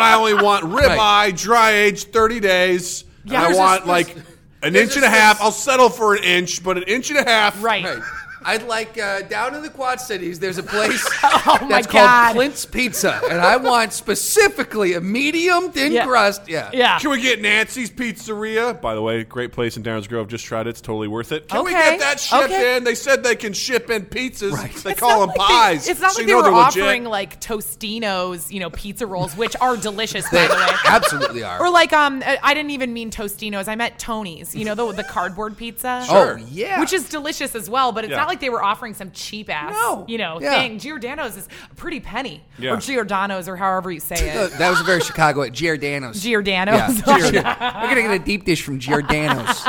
I only want ribeye,
Right.
dry aged, thirty days. and
Yeah,
I
there's
want
this-
like
there's-
an
there's
inch and a
this-
half. I'll settle for an inch, but an inch and a half.
right.
Right. I'd like uh, down in the Quad Cities. There's a place
Oh
my
that's
God.
called Clint's Pizza, and I want specifically a medium thin
Yeah.
crust. Yeah,
Yeah.
Can we get Nancy's Pizzeria? By the way, great place in Downers Grove. Just tried it. It's totally worth it. Can we
Okay.
get that shipped
Okay.
in? They said they can ship in pizzas.
Right.
They
It's
call them
not like they-
pies.
it's not
so
like
you
they
know
were
they're legit.
offering like Tostinos, you know, pizza rolls, which are delicious, by
They
the way.
absolutely are.
Or like, um, I I didn't even mean Tostinos. I meant Tony's. You know, the the cardboard pizza.
Sure. Oh, yeah.
which is delicious as well. But it's
Yeah.
not like they were offering some cheap ass,
No.
you know,
Yeah.
thing. Giordano's is a pretty penny,
Yeah.
or Giordano's, or however you say
Uh,
it.
that was very Chicago. Giordano's. Yeah,
Giordano's.
Giordano. We're gonna get a deep dish from Giordano's.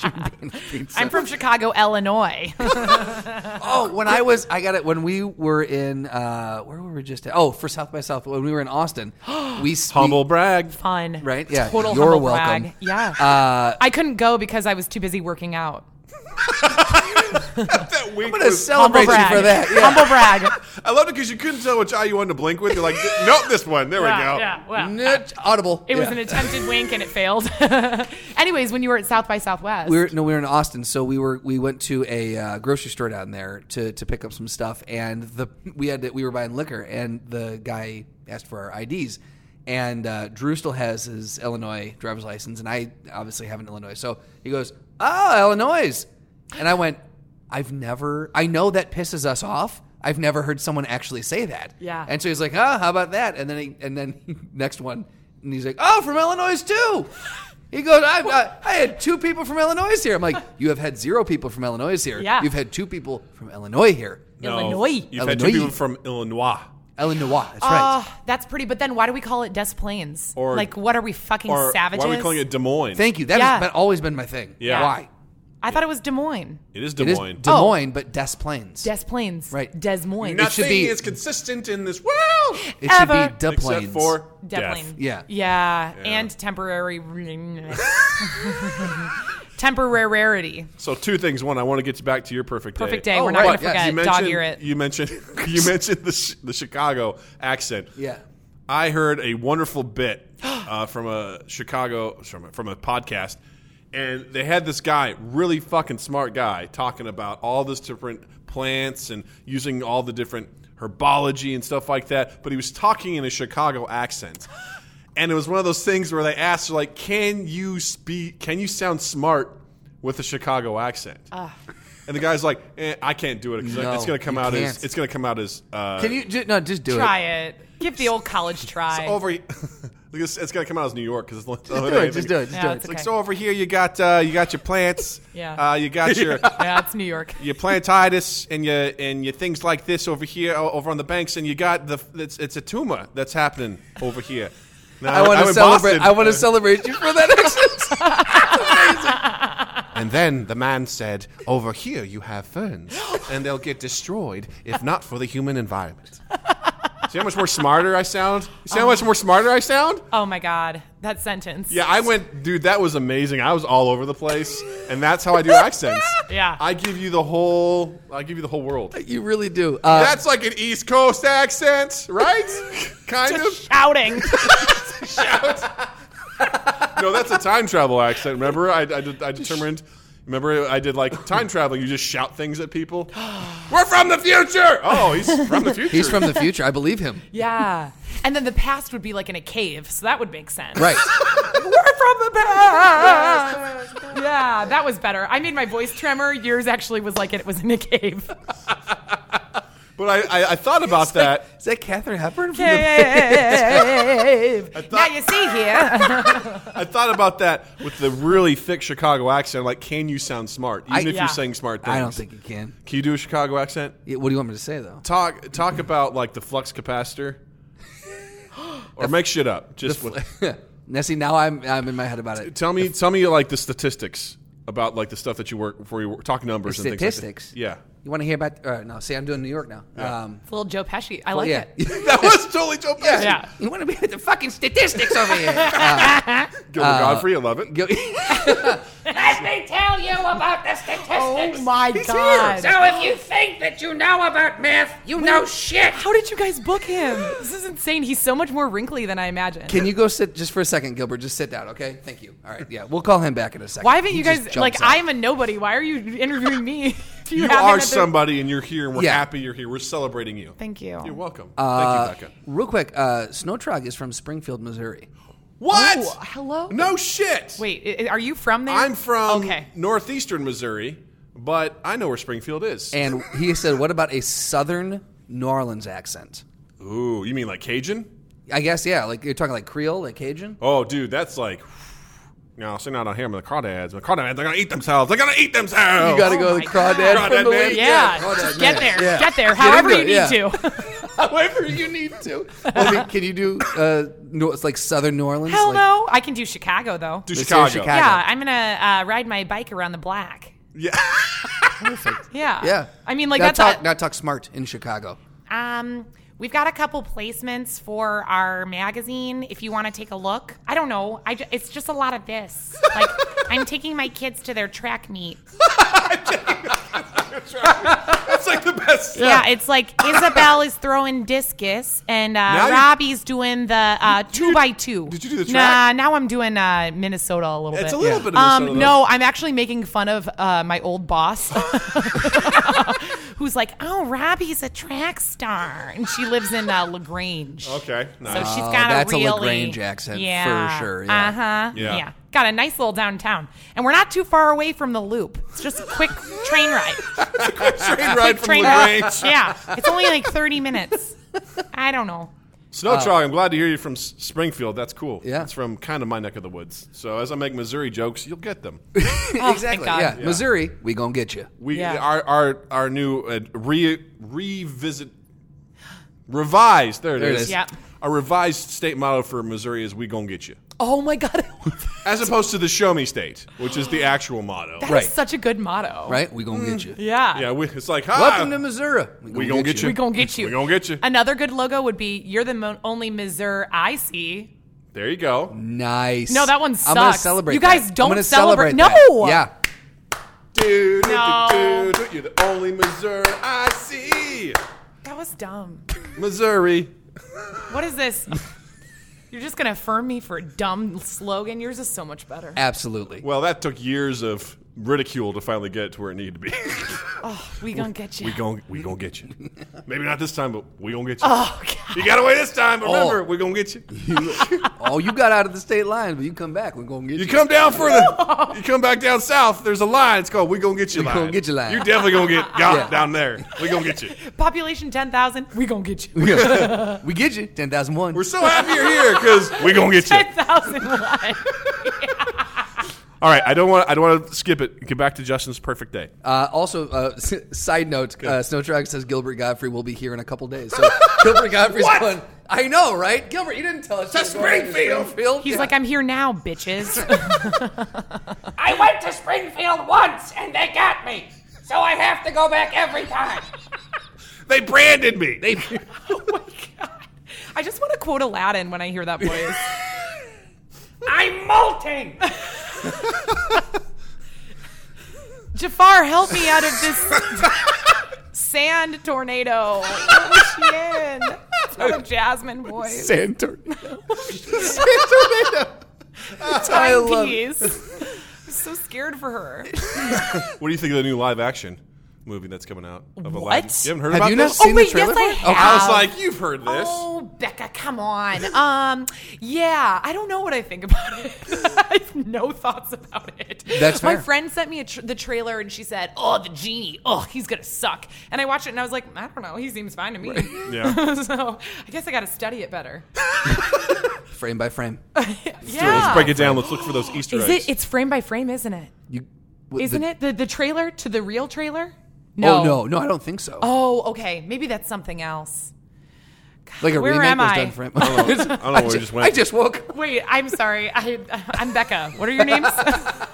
Giordano's pizza.
I'm from Chicago, Illinois.
Oh, when I was, I got it. When we were in, uh, where were we just? At? Oh, for South by South. When we were in Austin, we spe-
Humble brag.
Fun,
Right? Yeah.
Total
You're
humble
welcome. Uh,
brag. Yeah. I couldn't go because I was too busy working out.
That week
I'm gonna
was-
celebrate you
humble brag.
for that. Yeah.
Humble brag.
I loved it because you couldn't tell which eye you wanted to blink with. You're like, nope, this one. There we
Yeah,
go.
yeah, well,
Nudge- audible.
It was
Yeah.
an attempted wink and it failed. Anyways, when you were at South by Southwest,
we were no, we were in Austin, so we were we went to a uh, grocery store down there to to pick up some stuff, and the we had to, we were buying liquor, and the guy asked for our IDs, and uh, Drew still has his Illinois driver's license, and I obviously have an Illinois, so he goes, "Oh, Illinois," and I went, "I've never, I know that pisses us off." I've never heard someone actually say that.
Yeah.
And so he's like, "Ah, how about that?" And then he, and then next one, and he's like, "Oh, from Illinois too." He goes, I, I, I had two people from Illinois here. I'm like, you have had zero people from Illinois here.
Yeah.
You've had two people from Illinois here.
No,
Illinois.
You've had two
Illinois.
people from Illinois.
Illinois. That's right.
Oh, that's pretty. But then why do we call it Des Plaines?
Or-
like, what are we fucking
Or
savages?
why are we calling it Des Moines?
Thank you. That has
yeah.
been, always been my thing.
Yeah.
Why?
I thought it was Des Moines.
it is Des
It is
Moines.
Des Moines, but Des Plaines.
Oh. Des Plaines.
Right.
Des Moines.
Not- should be-
consistent in this world,
it should
ever.
be Des
except
Plaines.
for
Des
death.
Plaines.
Yeah.
yeah. And temporary. Temporarity.
So two things. One, I want to get you back to your perfect day.
Perfect day.
Oh,
We're not
right,
going to
yes.
You
forget. Dog ear it.
mentioned you mentioned you mentioned the sh- the Chicago accent.
Yeah.
I heard a wonderful bit uh, from a Chicago from a, from a podcast, and they had this guy, really fucking smart guy, talking about all this different plants and using all the different herbology and stuff like that. But he was talking in a Chicago accent, and it was one of those things where they asked, like, "Can you speak? Can you sound smart with a Chicago accent?" And the guy's like, eh, "I can't do it because
No,
it's going to come
you
out as
can't.
it's going to come out as." Uh,
Can you ju- no? Just do
Try
it.
it. Give the old college try.
over he- it's, it's gonna come out as New York because it's just
Just do it. Just do it. Just
Yeah,
do
it's
it.
a-
Like
Okay.
so over here you got uh, you got your plants,
Yeah.
Uh, you got your
yeah, it's New York.
your plantitis and your and your things like this over here o- over on the banks, and you got the it's, it's a tumor that's happening over here. Now,
I want
I'm
to
in
celebrate.
Boston.
I want to celebrate you for that accent.
And then the man said, "Over here you have ferns, and they'll get destroyed if not for the human environment." See how much more smarter I sound? See
Uh-huh.
how much more smarter I sound?
Oh my God. That sentence.
Yeah, I went, dude. That was amazing. I was all over the place, and that's how I do accents.
Yeah.
I give you the whole. I give you the whole world.
you really do. Uh,
That's like an East Coast accent, right? kind of.
Shouting.
No, that's a time travel accent. Remember, I, I, did- I determined. Remember, I did like time travel. You just shout things at people. We're from the future. Oh, he's from the future.
he's from the future. I believe him.
yeah. And then the past would be like in a cave, so that would make sense.
Right.
We're from the past. yeah, that was better. I made my voice tremor. Yours actually was like it was in a cave.
But I, I, I thought about that.
Is that Catherine Hepburn? From the,
Cave. now you see here.
I thought about that with the really thick Chicago accent. Like, can you sound smart, even
I-
if
Yeah.
you're saying smart things?
I don't think you can.
Can you do a Chicago accent?
Yeah, What do you want me to say though?
talk talk about like the flux capacitor or make shit up just with,
Nessie, now I'm I'm in my head about it.
tell me tell me like the statistics about like the stuff that you work for you work, talk numbers and things like that.
Statistics?
yeah
You want to hear about? Uh, no, see, I'm doing New York now. Um,
It's a little Joe Pesci. I like
yeah.
it.
that was totally Joe Pesci
Yeah.
you want to be with the fucking statistics over here?
Gilbert
Uh,
Godfrey I love it
Go-
Let me tell you about the statistics.
Oh my
So
god.
if you think that you know about math, you know shit.
How did you guys book him? This is insane. He's so much more wrinkly than I imagined.
Can you go sit just for a second, Gilbert? Just sit down, okay? Thank you. All right, yeah, we'll call him back in a second.
Why haven't
He
you
just
guys
jumps
like
up.
I'm a nobody. Why are you interviewing me? If
you
haven't
are
had the-
somebody and you're here and we're
Yeah.
happy you're here we're celebrating you
Thank you.
you're welcome thank you Becca
Real quick, uh, Snowtrog is from Springfield, Missouri.
what
Oh, hello?
no shit
Wait, i- i- are you from there?
I'm from
Okay.
northeastern Missouri but I know where Springfield is
And he said, What about a southern New Orleans accent?
ooh you mean like Cajun
I guess, yeah, like you're talking like Creole, like Cajun?
Oh, dude, that's like. No, sitting out on here with the crawdads. The crawdads, they're gonna eat themselves. They're gonna eat themselves.
You gotta go
Oh my
to Crawdad
God.
from the
Crawdad man.
weekend.
Yeah,
Crawdad
just
man.
get there,
Yeah.
get there, however
into
you
it,
need
yeah.
to.
However you need to. Well, I mean, can you do, uh, no, it's like southern New Orleans?
Hell
like,
no, I can do Chicago though.
to
Let's
Chicago.
hear Chicago.
yeah, I'm gonna uh, ride my bike around the block.
Yeah.
Yeah,
Yeah.
I mean, like
Now
that's
talk,
a-
now talk smart in Chicago.
Um, we've got a couple placements for our magazine if you want to take a look. I don't know. I ju- it's just a lot of this. Like I'm taking my kids to their track meet.
that's like the best.
Yeah, it's like Isabel is throwing discus and
Now
uh,
you-
Robbie's doing the uh, two by two.
did you do the
Nah,
track?
now I'm doing uh, Minnesota a little bit.
It's a little
Yeah.
bit of Minnesota,
Um,
though.
no, I'm actually making fun of uh, my old boss, who's like, "Oh, Robbie's a track star, and she lives in uh, Lagrange."
Okay.
So
Nice.
she's
Oh,
got
that's a
a really
LaGrange accent for
yeah,
sure, yeah.
Uh huh.
Yeah.
Yeah. Got a nice little downtown, and we're not too far away from the Loop. It's just a quick train ride.
train ride from
train
LaGrange.
yeah, it's only like thirty minutes. I don't know. Oh,
Snowtrog, I'm glad to hear you from S- Springfield. That's cool.
Uh, Yeah.
It's from kind of my neck of the woods. So as I make Missouri jokes, you'll get them.
exactly.
God.
Yeah. Missouri, we gonna get you.
We
Yeah.
our our our new uh, re, revisit revised. There
There
it
it is.
is.
Yeah.
Our revised state motto for Missouri is "We gonna get you,"
Oh my god, I love that.
as opposed to the "Show Me State," which is the actual motto.
That is
Right.
such a good motto.
Right? We gonna get you.
Mm, Yeah.
Yeah, we, it's like hi,
Welcome to Missouri. We
we gonna get you.
We gonna get you.
We gonna get you.
Another good logo would be "You're the mo- only Missouri I see."
There you go.
Nice.
No, that one
I'm gonna
sucks.
celebrate.
You guys
that.
don't
I'm gonna
celebrate-
that.
No!
Yeah.
Dude,
No.
dude, dude, you're the only Missouri I see.
That was dumb.
Missouri.
What is this? You're just gonna affirm me for a dumb slogan. Yours is so much better.
Absolutely.
Well, that took years of ridicule to finally get it to where it needed to be.
We gonna get you.
we gon' we gonna get you. Maybe not this time, but we gonna get you.
Oh,
You got away this time, but remember,
Ah. Oh.
we gonna get you.
oh, you got out of the state line, but you come back. We're gonna get you.
You come down further. You come back down south. There's a line. It's called "We gonna get you."
We
line.
gonna get you line.
You definitely gonna get got
Yeah.
down there. We gonna get you.
Population ten thousand. We gonna get you.
we get you. Ten thousand one.
We're so happy you're here because we gonna get you.
Ten thousand one.
All right, I don't want I don't want to skip it. Get back to Justin's perfect day.
Uh, also, uh, s- side note: uh, Snowtrack says Gilbert Godfrey will be here in a couple days. So Gilbert Godfrey's
What?
going. I know, right? Gilbert, you didn't tell us.
To
you were going
Springfield.
Springfield.
He's
Yeah.
like, I'm here now, bitches.
I went to Springfield once and they got me. So I have to go back every time.
They branded me. They
I just want to quote Aladdin when I hear that voice.
I'm molting.
Jafar, help me out of this sand tornado. What was she in? It's one of Jasmine boys.
sand tornado. I love it.
Peas. I'm so scared for her.
What do you think of the new live action movie that's coming out of Aladdin?
What?
You haven't heard
Have
about
you not
this?
seen
Oh,
the
wait,
trailer?
yes, I
for it?
have.
I was like, you've heard this.
Oh, Becca, come on. Um, yeah, I don't know what I think about it. I have no thoughts about it.
That's
my
fair.
friend sent me a tr- the trailer, and she said, "Oh, the genie. Oh, he's gonna suck." And I watched it, and I was like, "I don't know. He seems fine to me."
Yeah.
so I guess I got to study it better.
Oh, frame by frame.
Uh,
So let's
yeah.
break it down. Let's look for those Easter
Is
eggs.
it? It's frame by frame, isn't it?
You, what,
Isn't
the-
it the the trailer to the real trailer?
Oh no, no, I don't think so.
Oh, okay. Maybe that's something else.
like a
where
remake
am
was
I?
done frame. I don't know,
Oh, I don't know where we just went.
I just woke. up.
Wait, I'm sorry. I, I'm Becca. What are your names?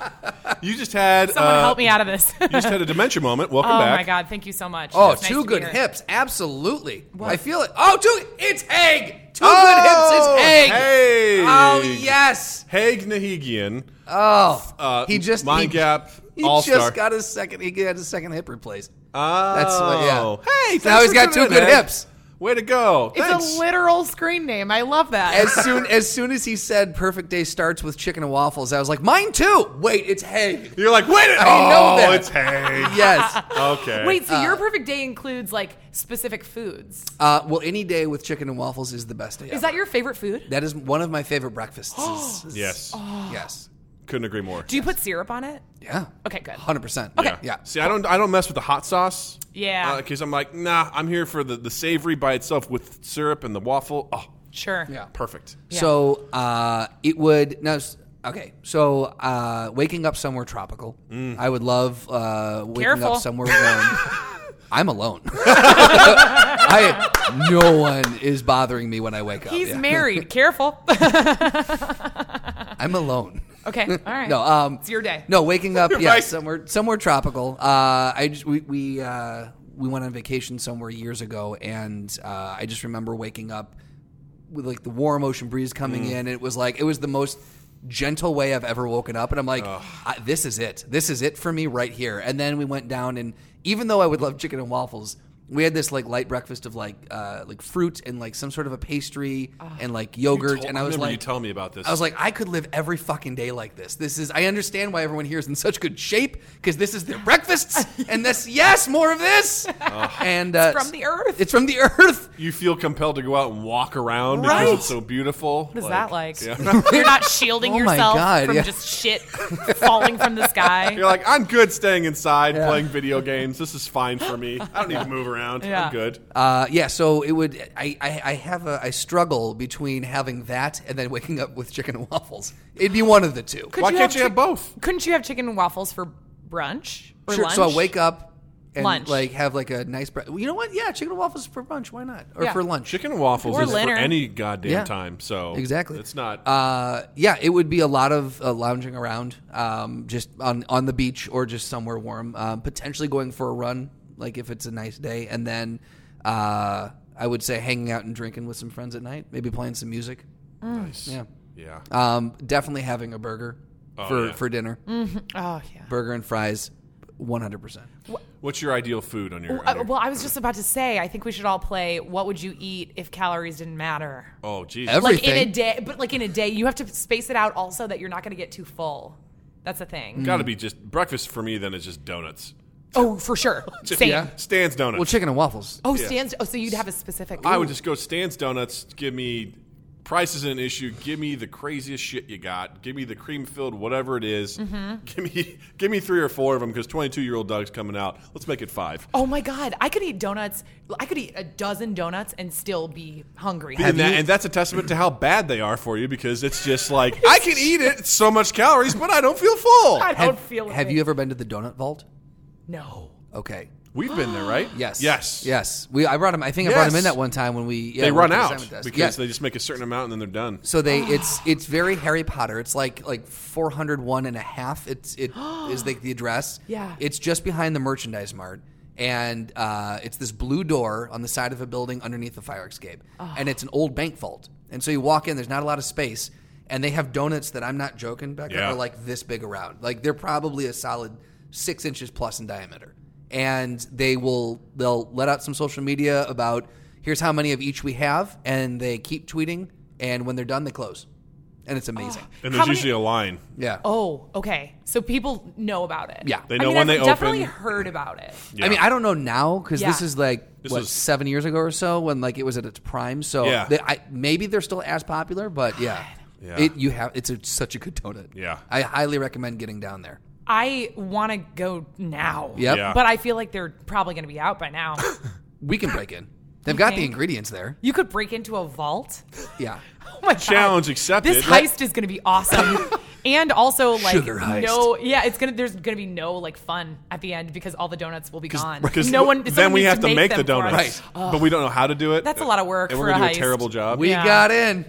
you just had
Someone
uh,
help me out of this.
You just had a dementia moment. Welcome
Oh
back.
my god, thank you so much.
Oh,
It's nice
two
to be
good
here.
hips. Absolutely. I feel it. Oh, two. It's egg. Two
Oh,
good hips. It's egg.
Haig.
Oh yes.
Haig Nahigian.
Oh,
Uh,
he just
mind
he,
gap
He
all star.
just got his second. He got his second hip replaced.
oh,
That's what- yeah.
Hey,
So now
thanks
he's
for tuning
got two
in,
good
Haig.
hips.
Way to go!
It's
Thanks.
a literal screen name. I love that.
As soon as soon as he said "Perfect Day" starts with chicken and waffles, I was like, "Mine too." Wait, it's Haig.
You're like, wait. a-
I know
oh,
that.
it's Haig.
Yes.
Okay.
Wait, so your perfect day includes like specific foods.
Uh, well, any day with chicken and waffles is the best day.
Is that your favorite food?
that is one of my favorite breakfasts. Is- is-
Yes.
Oh.
Yes.
Couldn't agree more.
Do you put syrup on it?
Yeah.
Okay, good.
Hundred percent.
Okay.
Yeah.
See, I don't I don't mess with the hot sauce.
Yeah.
Because I'm like, nah, I'm here for the, the savory by itself with syrup and the waffle. Oh,
Sure.
Yeah.
perfect.
So uh, it would no. s- Okay, so uh, waking up somewhere tropical. I would love uh, waking
Careful.
up somewhere warm. I'm alone. I no one is bothering me when I wake up.
He's
Yeah.
married. Careful.
I'm alone.
okay. All right.
No, um,
it's your day.
No, waking up, yeah,
Right.
somewhere somewhere tropical. Uh, I just, we we uh, we went on vacation somewhere years ago, and uh, I just remember waking up with like the warm ocean breeze coming
Mm.
in. And it was like it was the most gentle way I've ever woken up, and I'm like, I, this is it, this is it for me right here. And then we went down, and even though I would love chicken and waffles. We had this like light breakfast of like uh, like fruit and like some sort of a pastry and like yogurt
told-
and
I
I was
remember
like
you telling me about this.
I was like I could live every fucking day like this. This is I understand why everyone here is in such good shape because this is their breakfasts and this yes more of this and uh,
from the earth.
It's from the earth.
You feel compelled to go out and walk around
Right.
because it's so beautiful. What
What is that like?
Yeah.
You're not shielding
Oh my
yourself
God,
from
yeah.
just shit falling from the sky.
You're like, I'm good staying inside
Yeah.
playing video games. This is fine for me. I don't need to move around.
Yeah.
I'm good.
Uh, yeah, so it would. I, I, I have a. I struggle between having that and then waking up with chicken and waffles. It'd be one of the two.
Could
Why can't you
chick-
have both?
Couldn't you have chicken and waffles for brunch or
Sure,
lunch?
so I wake up and
Lunch.
like have like a nice. Bre- you know what? Yeah, chicken and waffles for brunch. Why not? Or
Yeah.
for lunch.
Chicken and waffles
Or
is
dinner.
for any goddamn
Yeah.
time. So
Exactly.
It's not.
Uh, yeah, it would be a lot of uh, lounging around, um, just on on the beach or just somewhere warm. Um, potentially going for a run, like if it's a nice day, and then uh, I would say hanging out and drinking with some friends at night, maybe playing some music.
nice.
Yeah.
Yeah.
Um, definitely having a burger
Oh,
for
yeah.
for dinner.
Oh yeah.
Burger and fries, one hundred percent.
What's your ideal food on your? on
Uh,
your-
well, I was just about to say. I think we should all play. What would you eat if calories didn't matter?
oh, geez.
Every-
Like in a
Everything.
day, but like in a day, you have to space it out also that you're not going to get too full. That's the
Mm.
thing.
Got to be just breakfast for me. Then is just donuts.
Oh, for sure. Same.
Yeah.
Stan's donuts.
Well, chicken and waffles.
Oh, stands. Oh, so you'd have a specific.
I would just go Stan's Donuts. Give me price isn't an issue. Give me the craziest shit you got. Give me the cream filled whatever it is.
Mm-hmm.
Give me give me three or four of them because twenty two year old Doug's coming out. Let's make it five.
Oh my God! I could eat donuts. I could eat a dozen donuts and still be hungry.
And, that,
you-
and that's a testament to how bad they are for you because it's just like I can eat it. It's so much calories, but I don't feel full.
I don't
Have,
feel.
have
it.
you ever been to the donut vault?
No.
Okay.
We've been there, right?
Yes.
Yes.
Yes. We. I brought him. I think I brought him
Yes.
in that one time when we. Yeah,
They
we
run
did the
out
assignment test.
because
Yeah.
they just make a certain amount and then they're done.
So they it's it's very Harry Potter. It's like like 401 and a half. It's it is like the address.
Yeah.
It's just behind the merchandise mart. And uh, it's this blue door on the side of a building underneath the fire escape. And it's an old bank vault. And so you walk in, there's not a lot of space. And they have donuts that I'm not joking, Becca,
Yeah.
are like this big around. Like they're probably a solid six inches plus in diameter. And they will they'll let out some social media about here's how many of each we have, and they keep tweeting. And when they're done, they close, and it's amazing.
And
How
there's
many-
usually a line.
Yeah.
Oh, okay. So people know about it.
Yeah. They
know
I mean,
when
I've
they
definitely
open.
heard about it.
Yeah.
I mean, I don't know now because this
Yeah.
is like
This
what
is-
seven years ago or so when like it was at its prime. So
Yeah.
they, I, maybe they're still as popular, but yeah,
Yeah.
It, you have it's a, such a good donut.
Yeah.
I highly recommend getting down there.
I want to go now.
Yep.
Yeah.
But I feel like they're probably going to be out by now.
we can break in. They've got the
think?
ingredients there.
you could break into a vault.
Yeah,
Oh my God.
Challenge accepted.
This heist is going to be awesome. and also like
Sugar heist.
no yeah it's gonna there's gonna be no like fun at the end because all the donuts will be gone
Because
no one someone
then we
needs
have to make, the
them for us.
donuts, but we don't know how to do it.
That's a lot of work
and
for
we're
a
gonna do
heist.
a terrible job.
we
Yeah. Oh.
got in.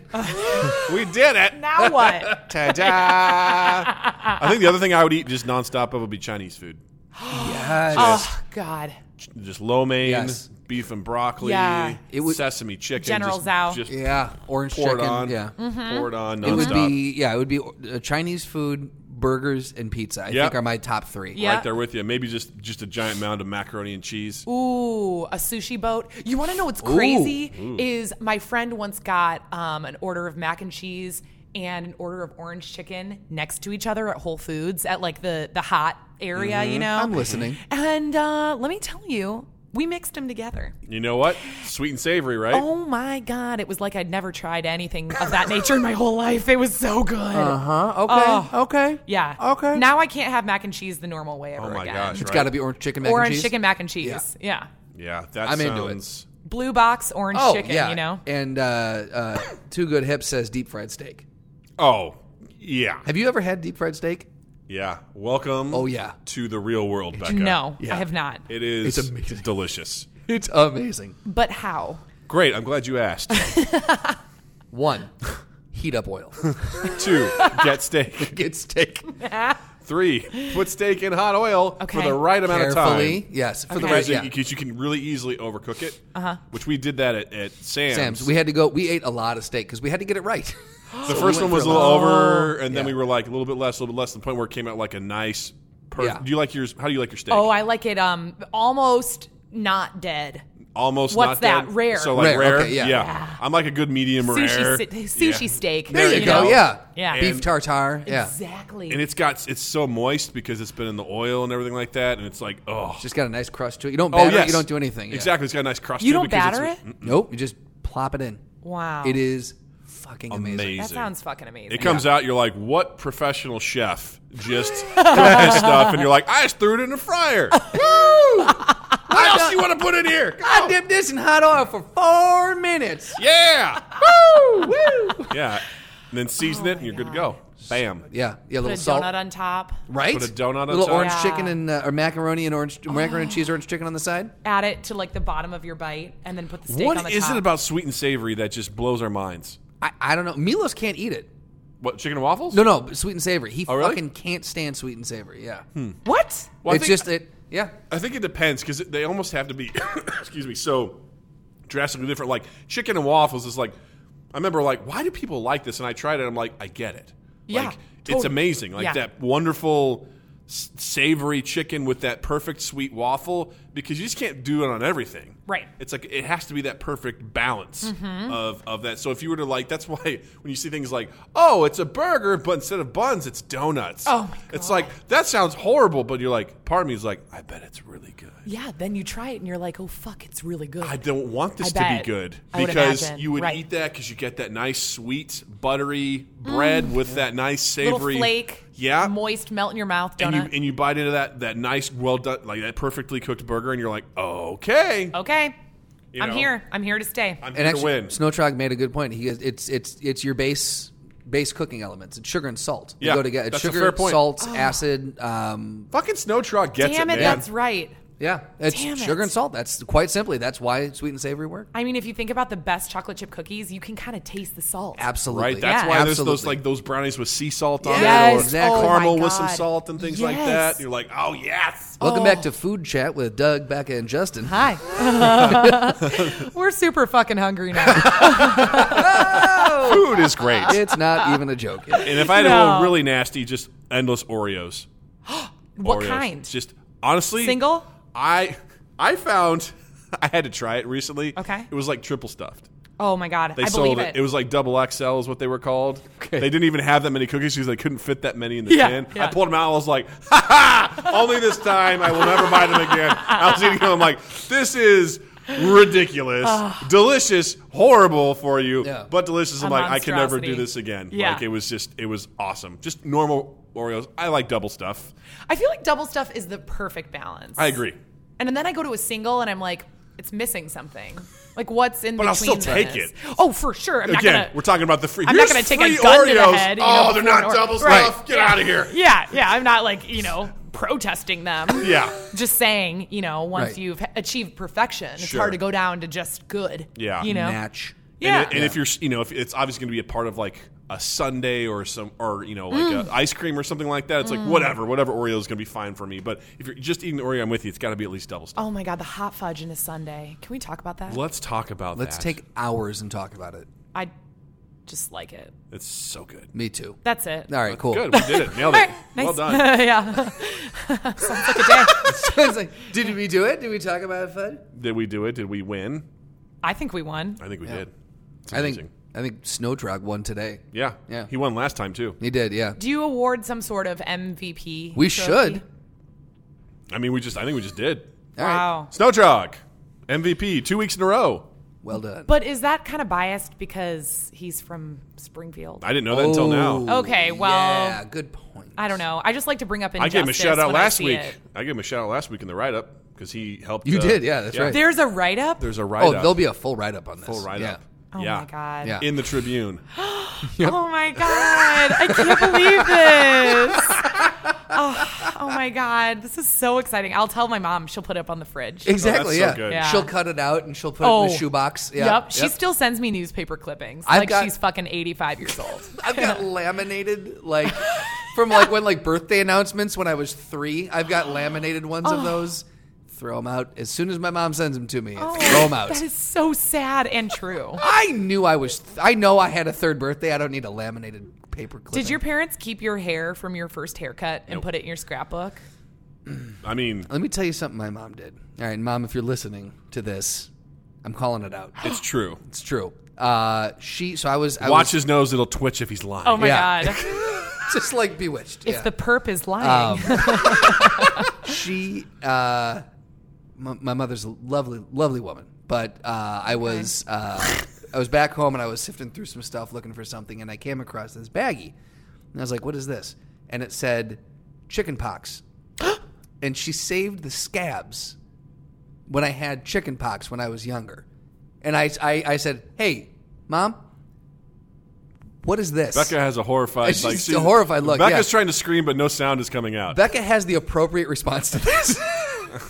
we did it.
now what
Ta-da! I think the other thing I would eat just nonstop of would be Chinese food,
Yes.
oh god
just lo mein,
Yes.
beef and broccoli,
Yeah.
It would-
sesame chicken,
General
just,
Zhao. Mm-hmm.
just
yeah, orange
pour
chicken.
it on,
Yeah,
pour it on nonstop.
it would be yeah, it would be uh, Chinese food, burgers, and pizza. I
Yep.
think are my top three.
Yeah.
Right there with you. Maybe just just a giant mound of macaroni and cheese.
Ooh, a sushi boat. You want to know what's crazy? Is my friend once got um, an order of mac and cheese and an order of orange chicken next to each other at Whole Foods at like the the hot area,
Mm-hmm.
you know.
I'm listening.
And uh, let me tell you, we mixed them together.
You know what? Sweet and savory, right?
Oh my god, it was like I'd never tried anything of that nature in my whole life. It was so good.
Huh? Okay. okay.
Uh-huh. Oh. Yeah.
Uh, Okay.
Now I can't have mac and cheese the normal way ever
Oh my
again.
gosh!
It's
right?
got to be orange chicken mac
orange
and cheese.
chicken mac and cheese. Yeah.
Yeah, that
I'm into it.
sounds.
Blue box orange
oh
chicken,
yeah,
you know.
And uh, uh, two good hips says deep fried steak.
Oh, yeah,
Have you ever had deep fried steak?
yeah. Welcome.
Oh, yeah.
to the real world, Becca.
No,
Yeah.
I have not.
it is
It's amazing.
delicious.
It's amazing.
But how?
Great. I'm glad you asked.
One, heat up oil.
Two, get steak.
Get steak
Three, put steak in hot oil
Okay.
for the right amount
carefully.
of time.
Yes, for the
Okay.
right.
Because
Yeah.
you, 'cause you can really easily overcook it, uh-huh. which we did that at, at Sam's.
Sam's. We had to go. We ate a lot of steak because we had to get it right.
the first one
went
was a
for
little
a lot.
over, and then we
Yeah.
were like a little bit less, a little bit less. To the point where it came out like a nice. Per-
Yeah.
Do you like yours? How do you like your steak?
Oh, I like it um almost not dead.
Almost. not
what's that?
done.
Rare.
So like rare.
Rare, okay, yeah.
I'm like a good medium rare.
Sushi sti- sushi
Yeah.
steak.
there you,
you
go.
go.
Yeah.
Yeah.
Beef
And-
tartare. Yeah.
Exactly.
And it's got it's so moist because it's been in the oil and everything like that, and it's like oh.
Just got a nice crust to it. You don't
Oh
batter it.
yes.
You don't do anything. Yeah.
Exactly. It's got a nice crust.
you
to
don't
because
batter it?
it's-
Nope. You just plop it in.
Wow.
It is fucking amazing.
Amazing.
That sounds fucking amazing.
It comes out, you're like, what professional chef just does stuff? And you're like, I just threw it in the fryer. Woo! I else you want to put in here? Come
I dipped this in hot oil for four minutes.
Yeah.
Woo! Woo!
Yeah. And then season it, and you're good to go. Bam.
Yeah, yeah, a
Put
little
a
salt.
donut on top.
Right?
Put a donut on
little
top.
orange
Yeah. Oh.
chicken and uh, or macaroni and orange macaroni and cheese orange chicken on the side.
Add it to like the bottom of your bite, and then put the steak on
What
the
is
top.
it about sweet and savory that just blows our minds?
I, I don't know. Milos can't eat it.
What chicken and waffles?
No, no, sweet and savory. He
Oh, really? Hmm.
fucking can't stand sweet and savory. Yeah,
What?
Well, I
it's
think-
just it. Yeah,
I think it depends because they almost have to be, excuse me, so drastically different. Like chicken and waffles is like, I remember like, why do people like this? And I tried it. and I'm like, I get it.
Yeah,
like, it's
totally.
amazing. Like
Yeah.
that wonderful s- savory chicken with that perfect sweet waffle because you just can't do it on everything.
Right. Mm-hmm.
It's like it has to be that perfect balance of, of that. So if you were to like, that's why when you see things like, oh, it's a burger, but instead of buns, it's donuts.
Oh my
It's like that sounds horrible, but you're like, part of me is like, I bet it's really good.
Yeah. Then you try it, and you're like, oh fuck, it's really good.
I don't want this to
I
be
bet.
good
I would
because
imagine,
you would
right.
eat that because you get that nice sweet buttery bread with that nice
Mm. Little
savory
flake.
yeah,
Moist, melt in your mouth.
and you
Donut.
and you bite into that that nice well done like that perfectly cooked burger, and you're like, okay,
okay.
You
I'm
know.
here. I'm here to stay.
I'm
and
gonna
actually,
win.
Snowtrog made a good point. He goes, it's it's it's your base base cooking elements. It's sugar and salt. They
Yeah,
go together. It's
that's a
sugar,
fair point.
salt,
Oh.
acid. Um,
Fucking snow truck gets
Damn
it,
it,
man.
that's right.
yeah, it's
Damn it.
sugar and salt. That's quite simply. That's why sweet and savory work.
I mean, if you think about the best chocolate chip cookies, you can kind of taste the salt.
Absolutely.
Right, that's
Yeah.
why there's those
Absolutely.
like those brownies with sea salt on
Yes,
it, or
exactly. Oh my
caramel with some
God.
salt and things like
Yes.
that. You're like, oh yes,
Welcome back to Food Chat with Doug, Becca, and Justin.
Hi. We're super fucking hungry now. Oh.
food is great.
It's not even a joke. Yet.
And if I had a
No.
little really nasty, just endless Oreos.
What
Oreos.
kind?
Just honestly,
Single?
I I found I had to try it recently.
Okay.
it was like triple stuffed.
Oh my god,
They
I
sold
believe
it.
it.
was like double XL is what they were called.
Okay.
They didn't even have that many cookies because they couldn't fit that many in the
Yeah,
tin. I
yeah.
pulled them out. I was like, ha ha! Only this time I will never buy them again. I was eating them. I'm like, this is ridiculous, delicious, horrible for you,
Yeah.
but delicious. I'm
A
like, I can never do
monstrosity.
this again.
Yeah.
Like it was just, it was awesome. Just normal Oreos. I like double stuff.
I feel like double stuff is the perfect balance.
I agree,
And then I go to a single and I'm like, it's missing something. Like what's in
But
between
I'll still take
this?
it.
Oh, for sure. I'm
Again,
not gonna
we're talking about the free.
I'm not
here's
gonna take a
free
gun to the
Oreos.
head, you
oh,
know,
they're
before an
not
Oreo.
double
Right.
stuff. Get out of here.
Yeah, yeah. I'm not like, you know, protesting them.
Yeah.
Just saying, you know, once
Right.
you've achieved perfection, it's
Sure.
hard to go down to just good.
Yeah.
You know?
Match.
Yeah.
And, and if you're, you know, if it's obviously going to be a part of like a Sunday or some, or you know, like
Mm.
a ice cream or something like that, it's like whatever, whatever Oreo is going to be fine for me. But if you're just eating the Oreo, I'm with you. It's got to be at least double stuff.
oh my god, the hot fudge in a Sunday. Can we talk about that?
Let's talk about.
Let's
that.
take hours and talk about it.
I just like it.
It's so good.
Me too.
That's it.
All right, cool.
Good, we did it. Nailed it. Well
Nice.
done.
yeah.
It's like, did we do it? Did we talk about FUD?
Did we do it? Did we win?
I think we won.
I think we did. It's
I think
amazing.
I think Snowdrog won today.
Yeah.
Yeah.
He won last time too.
He did, yeah.
Do you award some sort of MVP?
We
trophy?
should.
I mean, we just. I think we just did.
All right.
Wow.
Snowdrog, MVP, two weeks in a row.
Well done.
But is that kind of biased because he's from Springfield?
I didn't know that until now.
Oh,
Okay, well-
yeah, good point.
I don't know. I just like to bring up
I
injustice.
gave him a shout out
when I
last
see
week.
it.
I gave him a shout out last week in the write up because he helped.
You
uh,
did, yeah, that's right.
There's a write up.
There's a write
Oh,
up.
there'll be a full write up on this.
full write up.
Oh
yeah.
my god.
Yeah.
In the Tribune.
Oh my god. I can't believe this. Oh, oh my god. This is so exciting. I'll tell my mom. She'll put it up on the fridge.
Yeah. Exactly,
Oh, so
yeah.
good.
Yeah.
She'll cut it out and she'll put it in
Oh.
the shoebox. Yeah.
Yep. She still sends me newspaper clippings.
I've
like
got-
she's fucking 85 years old.
I've got laminated like from like when like birthday announcements when I was 3. I've got laminated ones
Oh.
of those. Throw them out as soon as my mom sends them to me. Throw 'em throw them out.
Oh, That is so sad and true.
I knew I was. Th- I know I had a third birthday. I don't need a laminated paper clip.
Did your parents keep your hair from your first haircut and put it in your scrapbook?
I mean,
Let me tell you something my mom did. All right, mom, if you're listening to this, I'm calling it out.
it's true.
It's true. Uh, she. So I was. I
Watch
was
his nose; it'll twitch if he's lying.
Oh my
Yeah.
god.
just like bewitched.
If
yeah.
the perp is lying.
she. Uh, my, my mother's a lovely, lovely woman. But uh, I was. Uh, I was back home and I was sifting through some stuff looking for something, and I came across this baggie, and I was like, "What is this?" And it said, "Chicken pox." and she saved the scabs when I had chicken pox when I was younger. And I, I, I said, hey, mom, what is this?
Becca has a horrified.
It's
like,
just a horrified look,
Becca's
yeah.
trying to scream, but no sound is coming out.
Becca has the appropriate response to this.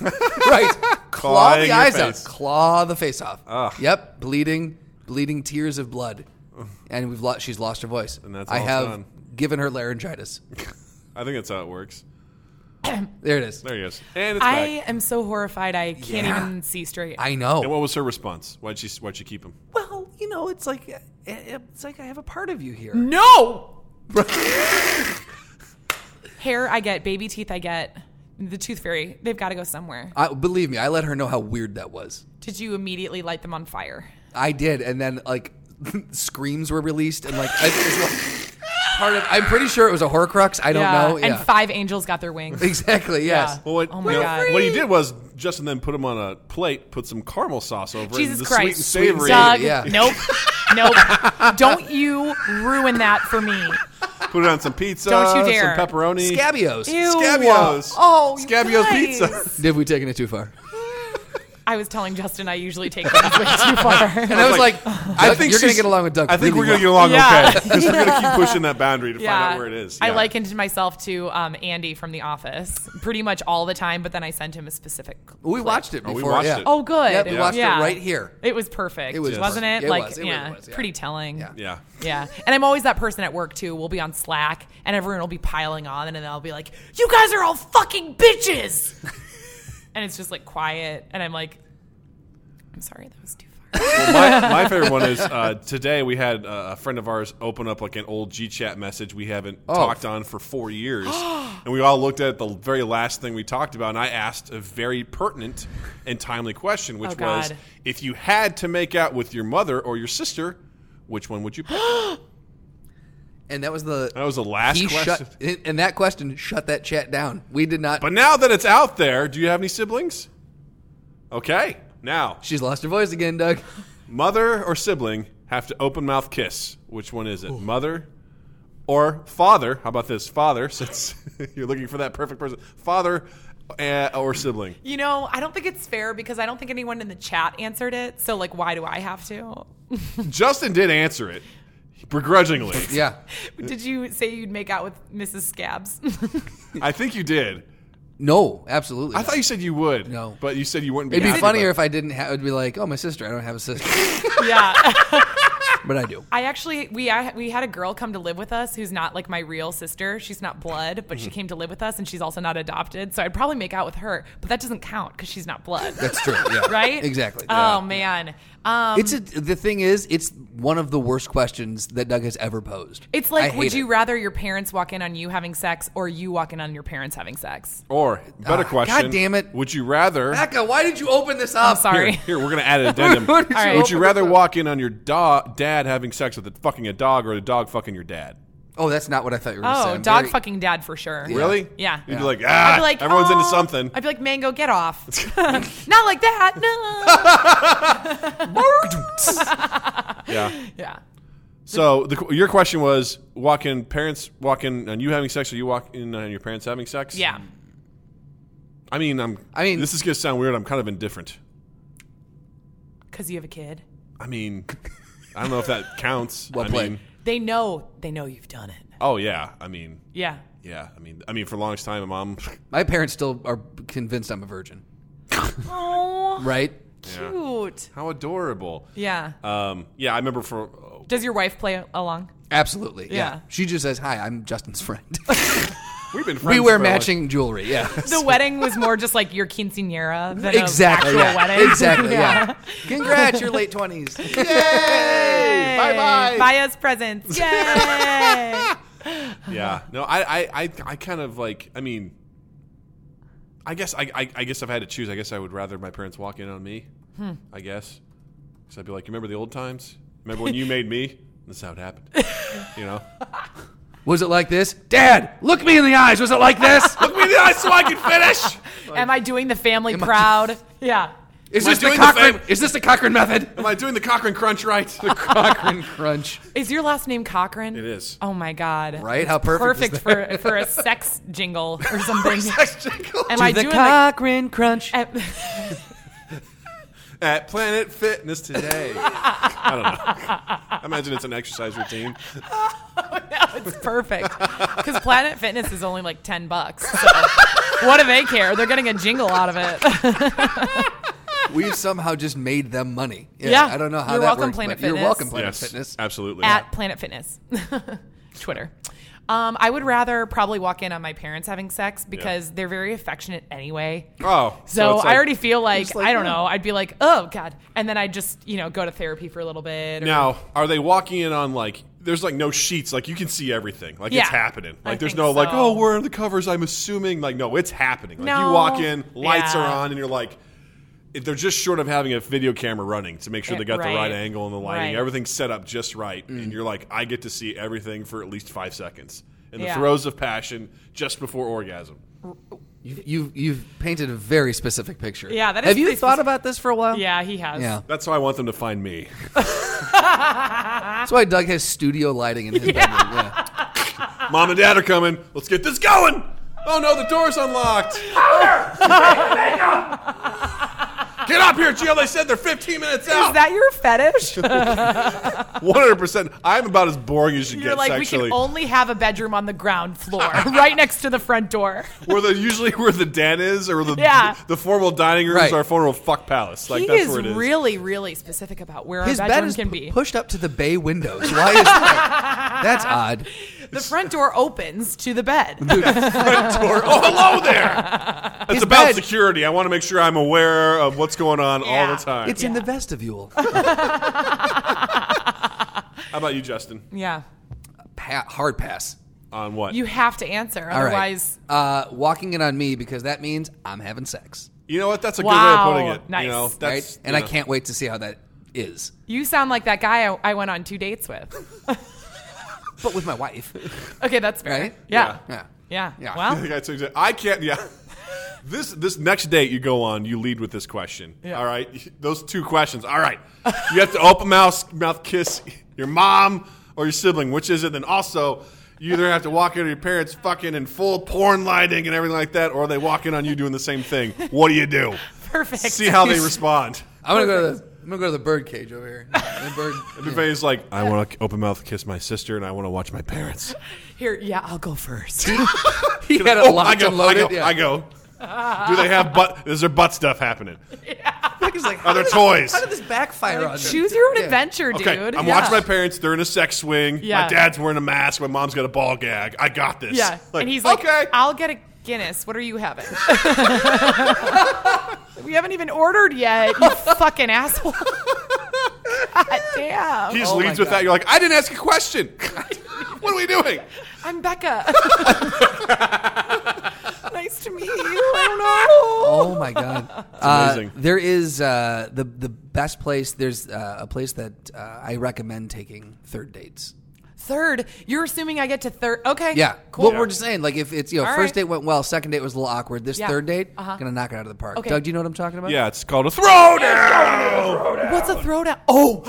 right. Claw
Clawing
the
your
eyes out.
face.
Claw the face off.
Ugh.
Yep. Bleeding, bleeding tears of blood. And we've lost, she's lost her voice. And
that's
I
all it's
have
done.
given her laryngitis.
I think that's how it works.
There it is.
There he is, and it's
I
back.
am so horrified I can't
Yeah.
even see straight.
I
And
know.
what was her response? Why'd she Why'd she keep him?
Well, you know, it's like it- it's like I have a part of you here.
no. Hair I get, baby teeth I get. The tooth fairy, they've got to go somewhere.
I, believe me, I let her know how weird that was.
Did you immediately light them on fire?
I did, and then like screams were released, and like, I, it's like part of. I'm pretty sure it was a Horcrux. I don't know. Yeah.
And five angels got their wings.
exactly. Yes.
Yeah.
Well, what,
Oh my
no,
God.
what he did was Justin then put him on a plate, put some caramel sauce over it,
Jesus
and the
Christ.
sweet and savory.
Doug,
Yeah.
nope. nope. Don't you ruin that for me.
Put it on some pizza,
Don't you dare.
some pepperoni.
Scabios.
Ew.
Scabios.
Oh, you
Scabios
guys.
pizza.
Did we taken it too far?
I was telling Justin I usually take things way too far.
And I was like,
like,
I think you're going to
she's-
get along with Doug.
I think
really
we're going to get
well.
along
Yeah.
okay because we're going to keep pushing that boundary to find out where it is.
I
Yeah.
likened myself to um, Andy from The Office pretty much all the time, but then I sent him a specific.
We watched it
Oh,
before.
we watched
yeah.
it.
Oh, good.
Yeah, we watched it
Yeah.
right here.
It was perfect.
It was
wasn't
perfect.
it?
It
like,
was, it really
yeah,
was, yeah.
pretty telling.
Yeah.
Yeah.
Yeah. And I'm always that person at work too. We'll be on Slack and everyone will be piling on and then I'll be like, You guys are all fucking bitches And it's just like quiet and I'm like I'm sorry, that was too far.
Well, my, my favorite one is uh, today we had uh, a friend of ours open up like an old GChat message we haven't
Oh.
talked on for four years, and we all looked at the very last thing we talked about, and I asked a very pertinent and timely question, which
Oh,
was
God.
if you had to make out with your mother or your sister, which one would you pick?
And that was the.
That was the last
he
question.
shut. and- And that question shut that chat down. We did not.
But now that it's out there, do you have any siblings? Okay, now
she's lost her voice again, Doug.
mother or sibling have to open mouth kiss. Which one is it? Mother or father? How about this? Father, since you're looking for that perfect person. Father uh, or sibling.
You know, I don't think it's fair because I don't think anyone in the chat answered it. So like why do I have to?
Justin did answer it begrudgingly.
Yeah.
Did you say you'd make out with Mrs. Scabs?
I think you did.
No, absolutely.
I thought you said you would.
No.
but you said you wouldn't. Be
It'd be
happy
funnier if
about
I didn't have. It'd be like, oh, my sister. I don't have a sister,
yeah.
but I do.
I actually we I, we had a girl come to live with us who's not like my real sister. She's not blood, but
Mm.
she came to live with us, and she's also not adopted. So I'd probably make out with her, but that doesn't count because she's not blood,
That's true. Yeah.
right?
Exactly.
Oh man, um,
It's a, the thing is, it's one of the worst questions that Doug has ever posed.
it's
I
like
hate
would you
it.
rather your parents walk in on you having sex or you walk in on your parents having sex?
it. Or better
Ah,
question.
God damn it. Ah,
Would you rather?
Becca, why did you open this up?
I'm sorry.
Here, here, we're going to add an addendum.
Why did you
All right.
Would you
open
rather
this up?
walk in on your da- dad having sex with a fucking a dog or a dog fucking your dad?
Oh, that's not what I thought you were going to say.
Oh,
I'm
dog
very-
fucking dad for sure.
Really?
Yeah.
You'd
Yeah.
be like, ah,
I'd be like, "Oh."
everyone's into
"Aw."
something.
I'd be like, Mango, get off. not like that.
yeah.
No. yeah.
So the, your question was walking parents walking and you having sex or you walking and your parents having sex?
Yeah.
I mean, I'm.
I mean-
this is gonna sound weird. I'm kind of indifferent.
Because you have a kid.
I mean, I don't know if that counts.
Well
I
played.
mean,
They know. They know you've done it.
oh yeah. I mean,
Yeah.
yeah. I mean, I mean for the longest time, my mom.
My parents still are convinced I'm a virgin,
Oh,
right?
cute.
How adorable.
Yeah.
Um. Yeah, I remember for
Does your wife play along?
Absolutely. Yeah.
Yeah.
She just says, "Hi, I'm Justin's friend."
we've been friends
we wear
for, like-
matching jewelry. Yeah.
The wedding was more just like your quinceanera than
exactly.
an actual
yeah.
wedding.
Exactly. Yeah. Congrats, your late twenties.
Yay! Bye bye.
Buy us presents. Yay!
Yeah. No, I, I, I, I kind of like. I mean, I guess I, I, I guess if I had to choose, I guess I would rather my parents walk in on me.
Hmm.
I guess, because I'd be like, remember the old times? Remember when you made me? This is how it happened. You know,
Was it like this, Dad? Look me in the eyes. Was it like this?
look me in the eyes so I can finish.
Am I doing the family proud? Yeah.
Is
Am I
this the
doing the
Cochrane?
fam-
is this the Cochrane method?
Am I doing the Cochrane crunch right?
Cochrane crunch.
Is your last name Cochran?
It is.
Oh my God.
Right? How perfect.
Perfect
is
for, for a sex jingle or something.
that?
Am I
the
doing
Cochrane crunch.
like,
at Planet Fitness today. I don't know. I imagine it's an exercise routine.
No, it's perfect. Because Planet Fitness is only like 10 bucks. So what do they care? They're getting a jingle out of it.
We've somehow just made them money.
Yeah.
I don't know how
You're
that
welcome,
worked,
Planet
but You're
Fitness.
welcome, Planet
yes, Uh,
Fitness.
absolutely.
At Planet Fitness, Twitter. Um, I would rather probably walk in on my parents having sex because they're very affectionate anyway.
oh,
So,
it's
I
like-
already feel like,
like,
I don't
yeah.
know. I'd be like, oh god, and then I'd just you know go to therapy for a little bit. Or,
Now, are they walking in on like? There's like no sheets. Like you can see everything. Like
Yeah.
it's happening.
I
Like there's
think
no like
so.
oh we're under the covers. I'm assuming like no it's happening. Like you
No.
walk in, lights
Yeah.
are on, and you're like. if They're just short of having a video camera running to make sure
Yeah,
they got the right
Eh, right.
angle and the lighting.
Right.
Everything's set up just right, and you're like, I get to see everything for at least five seconds in the
Yeah.
throes of passion just before orgasm.
You've, you've, you've painted a very specific picture.
Yeah, that is
Have you
pretty
thought
specific.
about this for a while?
yeah, he has.
Yeah.
That's how I want them to find me.
That's why Doug has studio lighting in his bedroom. Yeah.
Mom and Dad are coming. Let's get this going. Oh no, the door's unlocked. Get up here, Jill. They said they're 15 minutes
Is
out.
that your fetish?
100%. I'm about as boring as you
You're
get
like, we
sexually.
can only have a bedroom on the ground floor, right next to the front door.
where the usually where the den is or the
Yeah.
the formal dining room
Right.
is our formal fuck palace. Like
he
that's
is
where it is.
really, really specific about where
His
our
bed
bedroom
is
can
pu-
be.
pushed up to the bay windows. Why is that? That's odd.
the front door opens to the bed.
Front door. Oh, hello there. It's
His
about
bed-
security. I want to make sure I'm aware of what's going on all
Yeah.
the time.
It's in the vestibule.
How about you, Justin?
yeah,
Pa- hard pass.
On what?
you have to answer,
All right.
otherwise,
uh, walking in on me because that means I'm having sex,
You know what? That's a
Wow.
good way of putting it.
Nice.
You know,
Right?
that's
right? And
you
I
know.
can't wait to see how that is,
you sound like that guy I, I went on two dates with.
but with my wife,
Okay, that's fair.
Right?
Yeah. yeah,
yeah. Yeah.
Well,
The guy takes it, I can't. Yeah. This this next date you go on, you lead with this question.
Yeah.
All right, those two questions. All right, you have to open mouth mouth kiss your mom or your sibling, which is it? Then also, you either have to walk into your parents fucking in full porn lighting and everything like that, or they walk in on you doing the same thing. What do you do?
perfect.
See how they respond.
I'm gonna go to the I'm gonna go to the bird cage over here. The bird.
Everybody's like, I want to open mouth kiss my sister, and I want to watch my parents.
Here, yeah, I'll go first.
he had
Oh,
it locked and loaded.
I go.
yeah.
I go. Do they have butt? Is there butt stuff happening?
He's like,
Are there
how did-
toys?
How did this backfire on them?
Choose your own
Yeah.
adventure, dude.
Okay, I'm
Yeah.
watching my parents. They're in a sex swing. My
Yeah.
dad's wearing a mask. My mom's got a ball gag. I got this.
Yeah, and he's like,
okay.
"I'll get a Guinness. What are you having? we haven't even ordered yet. You fucking asshole." God damn.
he just
Oh my
leads with
God.
that. You're like, I didn't ask a question. what are we doing?
I'm Becca. nice to meet you. I
Oh my god! Uh,
amazing.
there is uh, the the best place. There's uh, a place that uh, I recommend taking third dates.
don't know. Third, you're assuming I get to third. Okay.
Yeah,
Cool.
What we're just saying, like if it's you know,
All
first
right.
date went well, second date was a little awkward. This
Yeah.
third date,
Uh-huh.
gonna knock it out of the park.
Okay.
Doug, do you know what I'm talking about?
Yeah, it's called a throwdown.
What's a throwdown? Oh.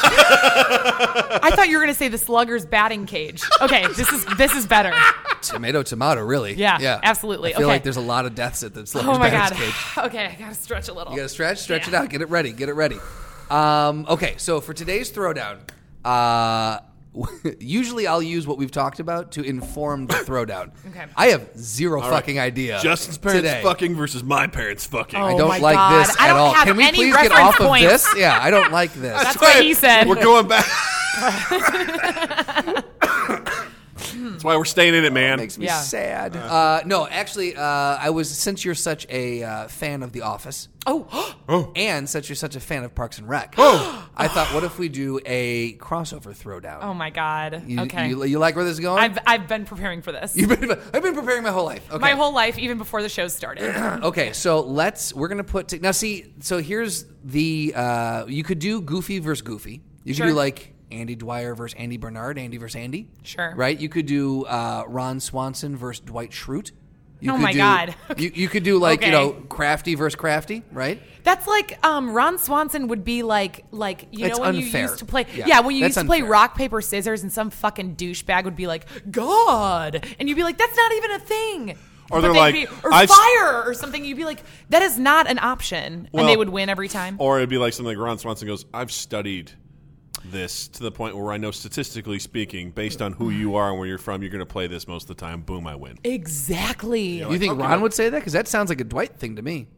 I thought you were going to say the slugger's batting cage. Okay, this is this is better.
tomato, tomato, really.
Yeah,
yeah,
absolutely.
I feel
Okay.
like there's a lot of deaths at the
Oh
Slugger's
my
Bass
god.
Cage.
Okay, I got to stretch a little.
You gotta stretch, stretch
Yeah.
it out, get it ready, get it ready. Um, okay, so for today's throwdown, uh, usually I'll use what we've talked about to inform the throwdown.
Okay.
I have zero fucking idea.
Justin's parents
today.
fucking versus my parents fucking.
Oh.
I don't
my
like
God.
this
I
at
don't
all.
have
Can we
any
please get
reference
off
points.
of this? Yeah, I don't like this.
That's what he said.
We're going back. That's why we're staying in it, man.
Makes me
Yeah.
sad. Uh, no, actually, uh, I was since you're such a uh, fan of The Office.
Oh.
And since you're such a fan of Parks and Rec, I thought, what if we do a crossover throwdown?
Oh my god.
You,
okay.
you, you like where this is going?
I've I've been preparing for this.
You've been, I've been preparing my whole life. Okay.
My whole life even before the show started.
Okay, so let's we're gonna put t- now. See, so here's the uh, you could do Goofy versus Goofy. You
Sure.
could do like Andy Dwyer versus Andy Bernard, Andy versus Andy.
Sure.
Right. You could do uh, Ron Swanson versus Dwight Schrute. You
Oh
could
my
do-
God.
You, you could do like you
Okay.
know Crafty versus Crafty, right?
That's like um, Ron Swanson would be like like you
That's
know when
unfair.
you used to play
Yeah.
yeah, when you
That's
used to play
unfair.
rock paper scissors and some fucking douchebag would be like God and you'd be like that's not even a thing.
Or
But
they're
they'd
like,
be- or
I've s-
fire or something. You'd be like, that is not an option,
Well-
and they would win every time.
Or it'd be like something like Ron Swanson goes, I've studied this to the point where I know statistically speaking, based on who you are and where you're from, you're going to play this most of the time. Boom, I win.
exactly.
You think Ron would say that? Because that sounds like a Dwight thing to me.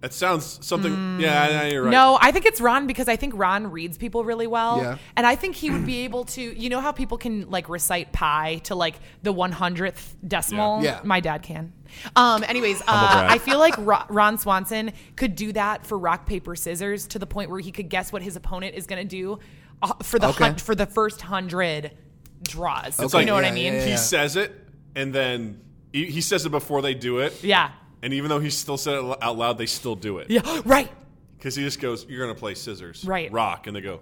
That sounds something. yeah, yeah, you're right.
Mm. No, I think it's Ron because I think Ron reads people really well.
Yeah.
And I think he would be able to, you know how people can like recite pi to like the 100th decimal?
Yeah. Yeah.
My dad can. Um, anyways, uh,
brag.
I feel like Ro- Ron Swanson could do that for rock, paper, scissors to the point where he could guess what his opponent is going to do uh, for the
Okay.
hun- for the first 100 draws.
It's
you
like-
know what
yeah,
I mean?
yeah,
He
yeah.
says it, and then he, he says it before they do it.
Yeah.
And even though he still said it out loud, they still do it.
Yeah. Right.
Because he just goes, "You're gonna play scissors,
Right.
Rock," and they go,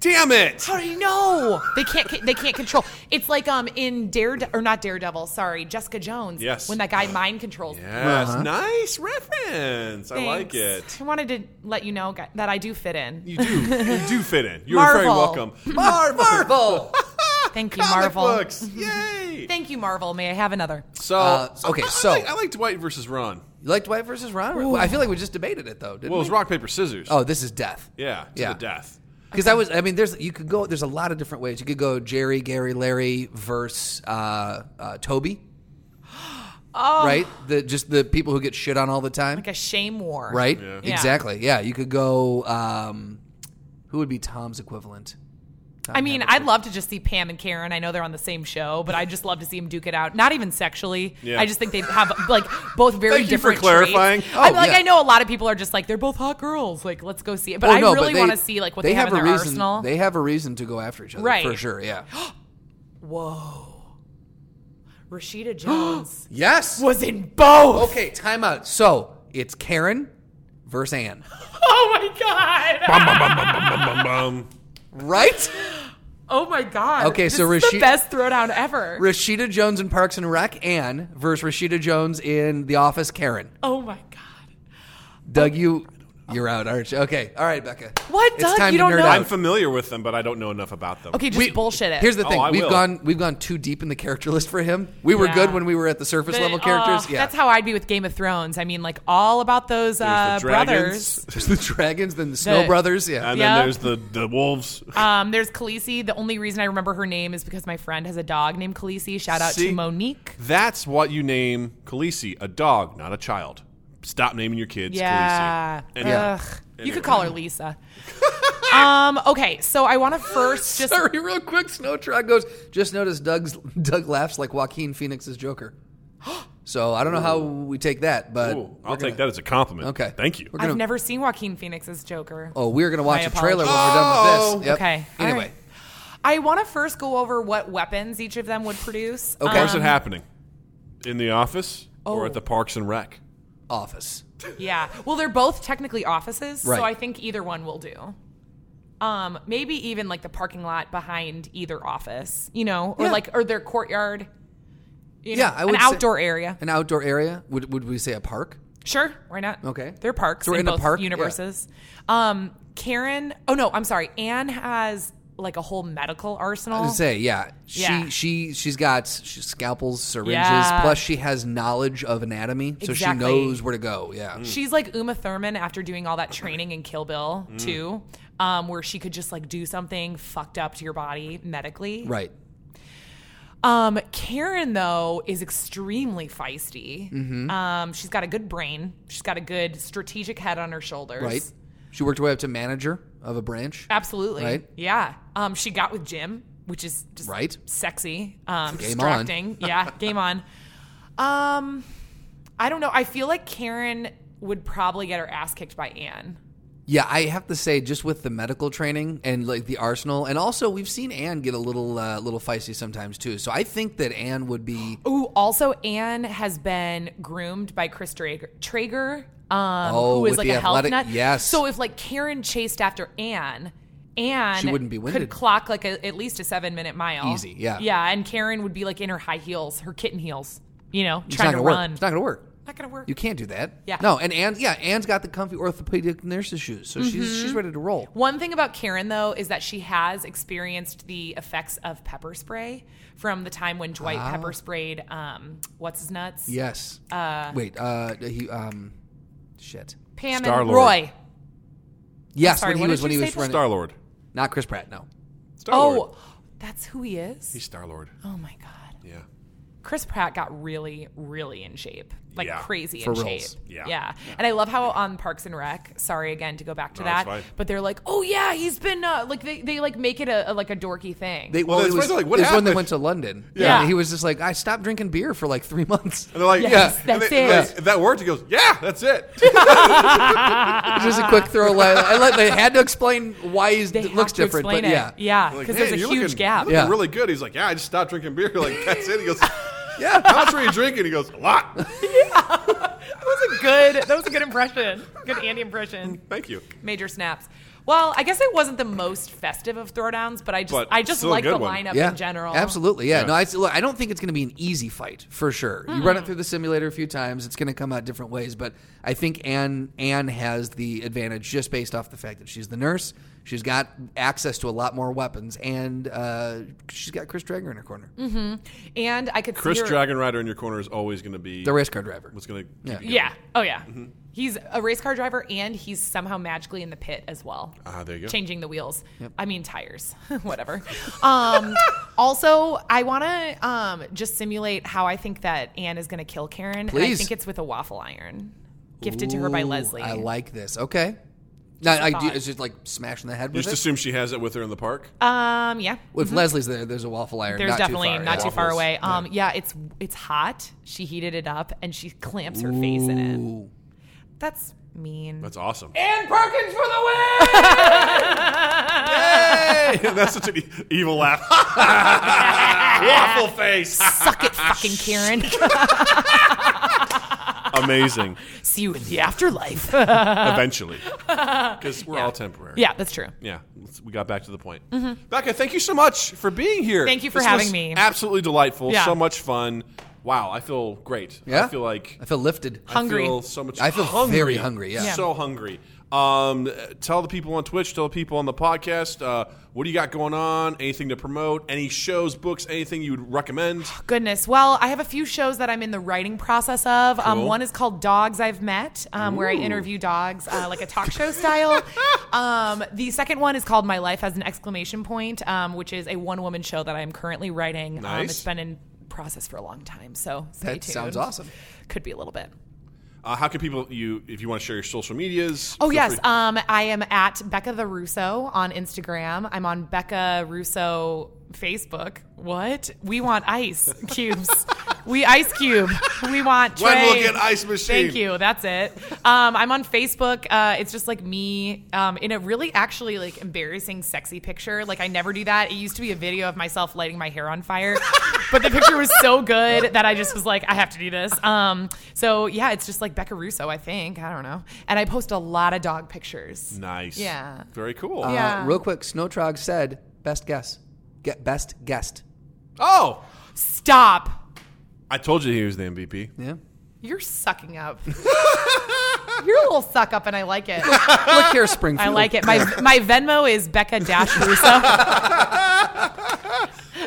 "Damn it!"
How do you know? They can't. They can't control. It's like um in Daredevil or not Daredevil. Sorry, Jessica Jones.
Yes.
When that guy mind controls.
Yes,
Uh-huh.
nice reference. I like
Thanks.
it.
I wanted to let you know gu- that I do fit in.
You do, you do fit in. You're very welcome.
Marvel.
Marvel, Marvel,
Oh. Thank you,
comic
Marvel.
books, yay!
Thank you, Marvel. May I have another?
So,
Uh, okay,
I- I
so-
like, I like Dwight versus Ron.
You like Dwight versus Ron? Well, I feel like we just debated it though. Didn't
Well, it's
we?
rock paper scissors.
Oh, this is death.
yeah, to
yeah.
the death.
Because I was, I mean, there's you could go. There's a lot of different ways. You could go Jerry, Gary, Larry versus uh, uh, Toby. Oh. Right, the just the people who get shit on all the time.
Like a shame war.
Right,
Yeah.
Yeah.
exactly. Yeah, you could go. Um, who would be Tom's equivalent? Tom
I mean,
Hanks.
I'd love to just see Pam and Karen. I know they're on the same show, but I just love to see them duke it out. Not even sexually.
Yeah.
I just think they have like both very
Thank you for
different.
clarifying.
traits. I'm
Oh,
like,
yeah.
I know a lot of people are just like they're both hot girls. Like, let's go see it. But
Oh,
I
no,
really
they-
want to see like what they, have, in
a
their
reason,
arsenal.
They have a reason to go after each other,
Right.
For sure, yeah.
Whoa. Rashida Jones
yes.
was in both.
Okay, time out. So it's Karen versus Anne,
Oh my
Bum,
god.
bum.
right?
Oh my god.
Okay,
This
so
is the
Rashi-
best throwdown ever.
Rashida Jones in Parks and Rec, Anne versus Rashida Jones in The Office, Karen.
oh my god.
Doug, you, you're out, aren't you? Okay, all right, Becca.
What,
It's
Doug?
time
You
to
don't
nerd
know?
out.
I'm familiar with them, but I don't know enough about them.
Okay, just
We-
bullshit it.
Here's the
Oh,
thing:
I
we've
will.
gone we've gone too deep in the character list for him. We were
Yeah.
good when we were at the surface
The-
level characters.
uh,
yeah,
That's how I'd be with Game of Thrones. I mean, like all about those
There's
uh,
the
brothers.
dragons,
There's the dragons, then the Snow Brothers. Yeah,
and
Yeah.
then there's the the wolves.
Um, there's Khaleesi. The only reason I remember her name is because my friend has a dog named Khaleesi. Shout out
See?
to Monique.
That's what you name Khaleesi, a dog, not a child. Stop naming your kids
Yeah.
Khaleesi. Anyway.
Ugh. You
Anyway.
could call her Lisa. um, okay, so I want to first just
Sorry, real quick. Snow Truck goes. Just noticed Doug's Doug laughs like Joaquin Phoenix's Joker. So I don't know how we take that, but
Ooh, I'll
we're gonna-
take that as a compliment.
Okay,
Thank you.
We're gonna-
I've never seen Joaquin Phoenix as Joker.
Oh, we're gonna watch
My
a trailer when we're
apologies.
done
Oh.
with this. Yep.
Okay. All
Anyway,
right. I want to first go over what weapons each of them would produce. Um,
Okay.
Where's it happening? In the office or
Oh.
at the Parks and Rec?
Office.
Yeah. Well, they're both technically offices,
Right.
so I think either one will do. Um, maybe even like the parking lot behind either office, you know, or
Yeah.
like or their courtyard. You know,
Yeah, I would
an
say-
outdoor area.
An outdoor area. Would would we say a park?
Sure, why not?
Okay.
they're parks.
So we're
in,
in a
both
park? Yeah.
universes. Um, Karen. Oh no, I'm sorry. Anne has like a whole medical arsenal.
I was gonna say, yeah. She
Oh. Yeah.
she she's got she's scalpels, syringes,
Yeah.
plus she has knowledge of anatomy, so
Exactly.
she knows where to go. Yeah.
She's like Uma Thurman after doing all that training in Kill Bill
Mm.
too, um, where she could just like do something fucked up to your body medically.
Right.
Um, Karen though is extremely feisty.
Mm-hmm.
Um, she's got a good brain. She's got a good strategic head on her shoulders.
Right. She worked her way up to manager of a branch.
Absolutely.
Right.
Yeah. Um, she got with Jim, which is just
Right.
sexy, um,
Game
distracting. yeah, game on. Um, I don't know. I feel like Karen would probably get her ass kicked by Anne.
Yeah, I have to say, just with the medical training and like the arsenal, and also we've seen Anne get a little uh, little feisty sometimes too. So I think that Anne would be.
Ooh, also Anne has been groomed by Chris Traeger, Traeger um,
Oh,
who is
with
like
the
a
athletic-
health nut.
yes.
So if like Karen chased after Anne, Anne
She wouldn't be winded.
could clock like a, at least a seven minute mile.
Easy, yeah.
Yeah, and Karen would be like in her high heels, her kitten heels, you know,
It's
trying
not
to
gonna work.
run.
It's not gonna work.
Not gonna work.
You can't do that.
Yeah.
No, and Anne, yeah, Anne's got the comfy orthopedic nurse's shoes, so she's she's
Mm-hmm.
ready to roll.
One thing about Karen, though, is that she has experienced the effects of pepper spray from the time when Dwight
Ah.
pepper sprayed, um, what's his nuts?
Yes. Uh, Wait. Uh, he um, shit.
Pam and
Star-Lord.
Roy.
Yes,
sorry,
when he
what
was
did
when
you
he
say,
was
Paul?
running.
Star Lord.
Not Chris Pratt. No.
Star Lord.
Oh, that's who he is?
He's Star Lord.
oh, my God.
Yeah.
Chris Pratt got really, really in shape, like
Yeah.
crazy
For
in
reals.
shape.
Yeah.
yeah, And I love how on Parks and Rec, sorry again to go back to
No, it's
that,
fine.
but they're like, oh yeah, he's been uh, like they, they like make it a, a like a dorky thing.
They,
Well,
well,
that's
it was,
right, like, what
it was when they
happened?
went to London.
Yeah.
he was just like, I stopped drinking beer for like three months.
And they're like,
Yes,
yeah.
that's
and they-
it.
they- If that worked, he goes, yeah, that's it.
It's just a quick throwaway. I let, they had to explain why he
they have
looks
to
different,
explain
but
it.
yeah,
yeah,
Like,
because
"Man,
there's a
you're
huge
looking-
gap.
You're looking
Yeah.
really good. He's like, yeah, I just stopped drinking beer. Like, that's it. He goes, yeah. How much were you drinking? He goes, a lot.
That was a good. That was a good impression. Good Andy impression.
Thank you.
Major snaps. Well, I guess it wasn't the most festive of throwdowns, but I just
But
I just
still a
like
good
the
one.
lineup
yeah,
in general.
Absolutely, yeah.
Yeah.
No, I look, I don't think it's going to be an easy fight for sure. You run it through the simulator a few times; it's going to come out different ways. But I think Anne Anne has the advantage just based off the fact that she's the nurse. She's got access to a lot more weapons, and uh, she's got Chris Drager in her corner,
Mm-hmm. And I could
Chris
see her,
Dragon Rider in your corner is always going to be
the race car driver.
what's going to keep
Yeah.
you going.
Yeah. Oh yeah. He's a race car driver and he's somehow magically in the pit as well.
Ah, there you go.
Changing the wheels. I mean tires. Whatever. Um, also, I want to um, just simulate how I think that Anne is going to kill Karen. and I
Please.
think it's with a waffle iron, gifted to her by
Ooh,
Leslie.
I like this. Okay, no, I, do,
thought.
it's just like smashing the head
You
with
just
it.
assume she has it with her in the park.
um, yeah.
Well, If Leslie's there, there's a waffle iron.
There's
not
definitely
too far,
not
yeah.
too far
Waffles.
away. Um, yeah. it's it's hot. She heated it up and she clamps her face in it.
Ooh.
That's mean.
That's awesome.
And Perkins for the win!
Hey! That's such an e- evil laugh. Waffle face.
Suck it, fucking Karen.
Amazing.
See you in the afterlife.
Eventually. Because we're all temporary.
yeah, that's true.
Yeah, let's- we got back to the point. Becca, thank you so much for being here.
Mm-hmm. Thank you for
This
having
was
me.
Absolutely delightful.
Yeah.
So much fun. Wow, I feel great.
Yeah?
I feel like
I feel lifted.
I
Hungry.
feel so much.
I feel
hungry.
very hungry, yeah. Yeah.
so hungry. Um, tell the people on Twitch. Tell the people on the podcast. Uh, what do you got going on? Anything to promote? Any shows, books, anything you would recommend?
Goodness. Well, I have a few shows that I'm in the writing process of. Um,
Cool.
one is called Dogs I've Met, um, where I interview dogs, uh, like a talk show style. Um, the second one is called My Life as an Exclamation Point, um, which is a one woman show that I'm currently writing. Um,
Nice.
it's been in process for a long time. So stay
That
tuned.
sounds awesome.
Could be a little bit.
Uh, how can people you if you want to share your social medias?
Oh
feel
yes,
free.
um, I am at Becca the Russo on Instagram. I'm on Becca Russo Facebook. What? We want ice cubes. we ice cube. We want trays.
When we'll get ice machine.
Thank you. That's it. Um, I'm on Facebook. Uh, it's just like me um, in a really actually like embarrassing sexy picture. Like I never do that. It used to be a video of myself lighting my hair on fire, but the picture was so good that I just was like, I have to do this. Um, so yeah, it's just like Becca Russo. I think I don't know. And I post a lot of dog pictures.
nice.
Yeah.
Very cool.
Uh,
Yeah.
real quick, Snowtrog said, "Best guess, get best guest."
Oh,
Stop.
I told you he was the MVP.
Yeah.
You're sucking up. You're a little suck up, and I like it.
Look here, Springfield.
I like it. My my Venmo is Becca Dash Russo.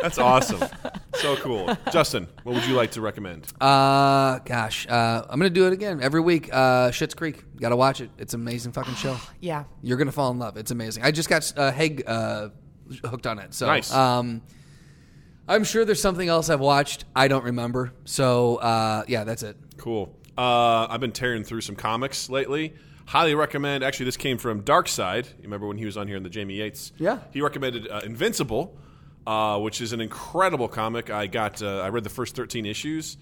That's awesome. so cool. Justin, what would you like to recommend?
Uh, gosh, uh, I'm gonna do it again every week. Uh, Shit's Creek. Gotta watch it. It's an amazing fucking show.
Yeah.
You're gonna fall in love. It's amazing. I just got uh, Haig uh, hooked on it. So,
Nice.
um, I'm sure there's something else I've watched I don't remember. So, uh, yeah, that's it.
Cool. Uh, I've been tearing through some comics lately. Highly recommend. Actually, this came from Dark Side. You remember when he was on here in the Jamie Yates?
Yeah.
He recommended uh, Invincible, uh, which is an incredible comic. I got. Uh, I read the first thirteen issues.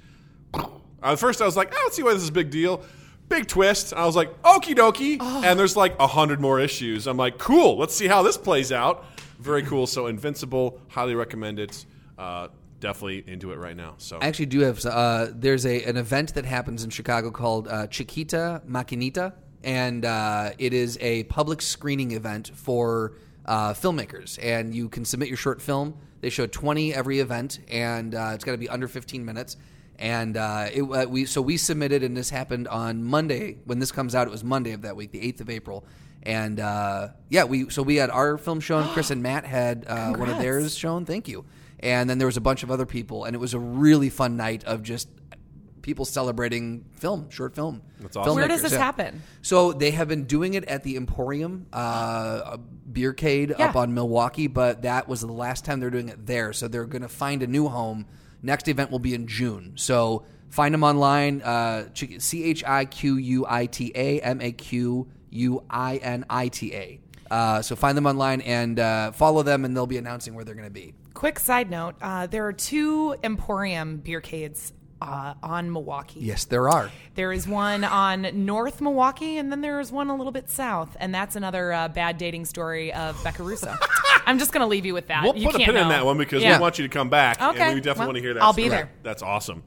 At first, I was like, I don't see why this is a big deal. Big twist. I was like, okie dokie. And there's like a hundred more issues. I'm like, cool. Let's see how this plays out. Very cool. So Invincible. Highly recommend it. Uh, definitely into it right now. So
I actually do have. Uh, there's a an event that happens in Chicago called uh, Chiquita Maquinita, and uh, it is a public screening event for uh, filmmakers, and you can submit your short film. They show 20 every event, and uh, it's got to be under 15 minutes. And uh, it, uh, we so we submitted, and this happened on Monday. When this comes out, it was Monday of that week, the 8th of April. And uh, yeah, we so we had our film shown. Chris and Matt had uh, one of
Congrats.
theirs shown. Thank you. And then there was a bunch of other people, and it was a really fun night of just people celebrating film, short film. That's
awesome.
Where does this happen?
So they have been doing it at the Emporium, uh, a beercade
Yeah.
up on Milwaukee, but that was the last time they're doing it there. So they're going to find a new home. Next event will be in June. So find them online, uh, C H I Q U I T A M A Q U I N I T A. Uh, so find them online and uh, follow them, and they'll be announcing where they're going to be.
Quick side note: uh, there are two Emporium beercades uh, on Milwaukee.
Yes, there are.
There is one on North Milwaukee, and then there is one a little bit south, and that's another uh, bad dating story of Becca Russo. I'm just going to leave you with that.
We'll
you
put a
can't
pin
know.
in that one because
Yeah.
we want you to come back,
Okay,
and we definitely
well,
want to hear that.
I'll be
story.
there.
That's awesome.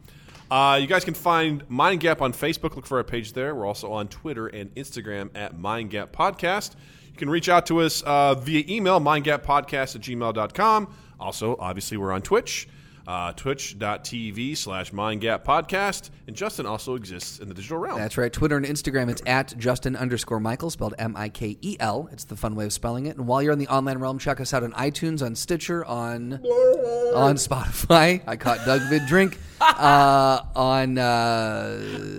Uh, you guys can find Mind Gap on Facebook. Look for our page there. We're also on Twitter and Instagram at Mind Gap Podcast. You can reach out to us uh, via email, mindgappodcast at gmail.com. Also, obviously, we're on Twitch, uh, twitch.tv slash Mind Gap Podcast. And Justin also exists in the digital realm.
That's right. Twitter and Instagram, it's at Justin underscore Michael, spelled M I K E L. It's the fun way of spelling it. And while you're in the online realm, check us out on iTunes, on Stitcher, on on Spotify. I caught Doug Vid Drink. Uh, on uh,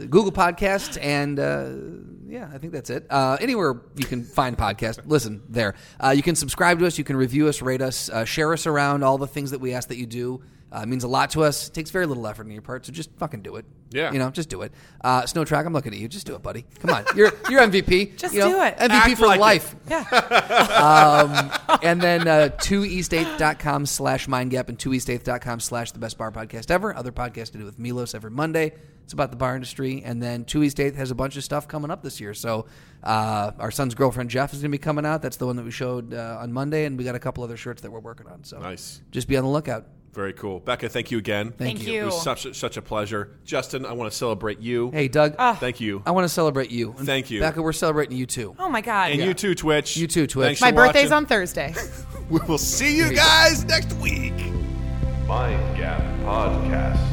Google Podcasts and. Uh, yeah, I think that's it. Uh, anywhere you can find podcast, listen there. Uh, you can subscribe to us, you can review us, rate us, uh, share us around. All the things that we ask that you do uh, it means a lot to us. It takes very little effort on your part, so just fucking do it.
Yeah.
you know, just do it. Uh, Snowtrack, I'm looking at you. Just do it, buddy. Come on, you're you're MVP.
Just
You know,
do it.
MVP
Act
for
like it.
life.
Yeah.
and then uh, 2easteighth.com slash mindgap and 2easteighth.com slash the best bar podcast ever. Other podcast to do with Milos every Monday. It's about the bar industry. And then 2 East 8th has a bunch of stuff coming up this year. So uh, our son's girlfriend, Jeff, is going to be coming out. That's the one that we showed uh, on Monday. And we got a couple other shirts that we're working on. So
Nice.
just be on the lookout.
Very cool. Becca, thank you again.
Thank you.
It was such a, such a pleasure. Justin, I want to celebrate you.
Hey, Doug,
Thank you.
I want to celebrate you. And
Thank you.
Becca, we're celebrating you too.
Oh my God.
And you too, Twitch.
You too, Twitch.
Thanks
My
for
birthday's
watching.
on Thursday.
We will see you guys next week.
Mind Gap Podcast.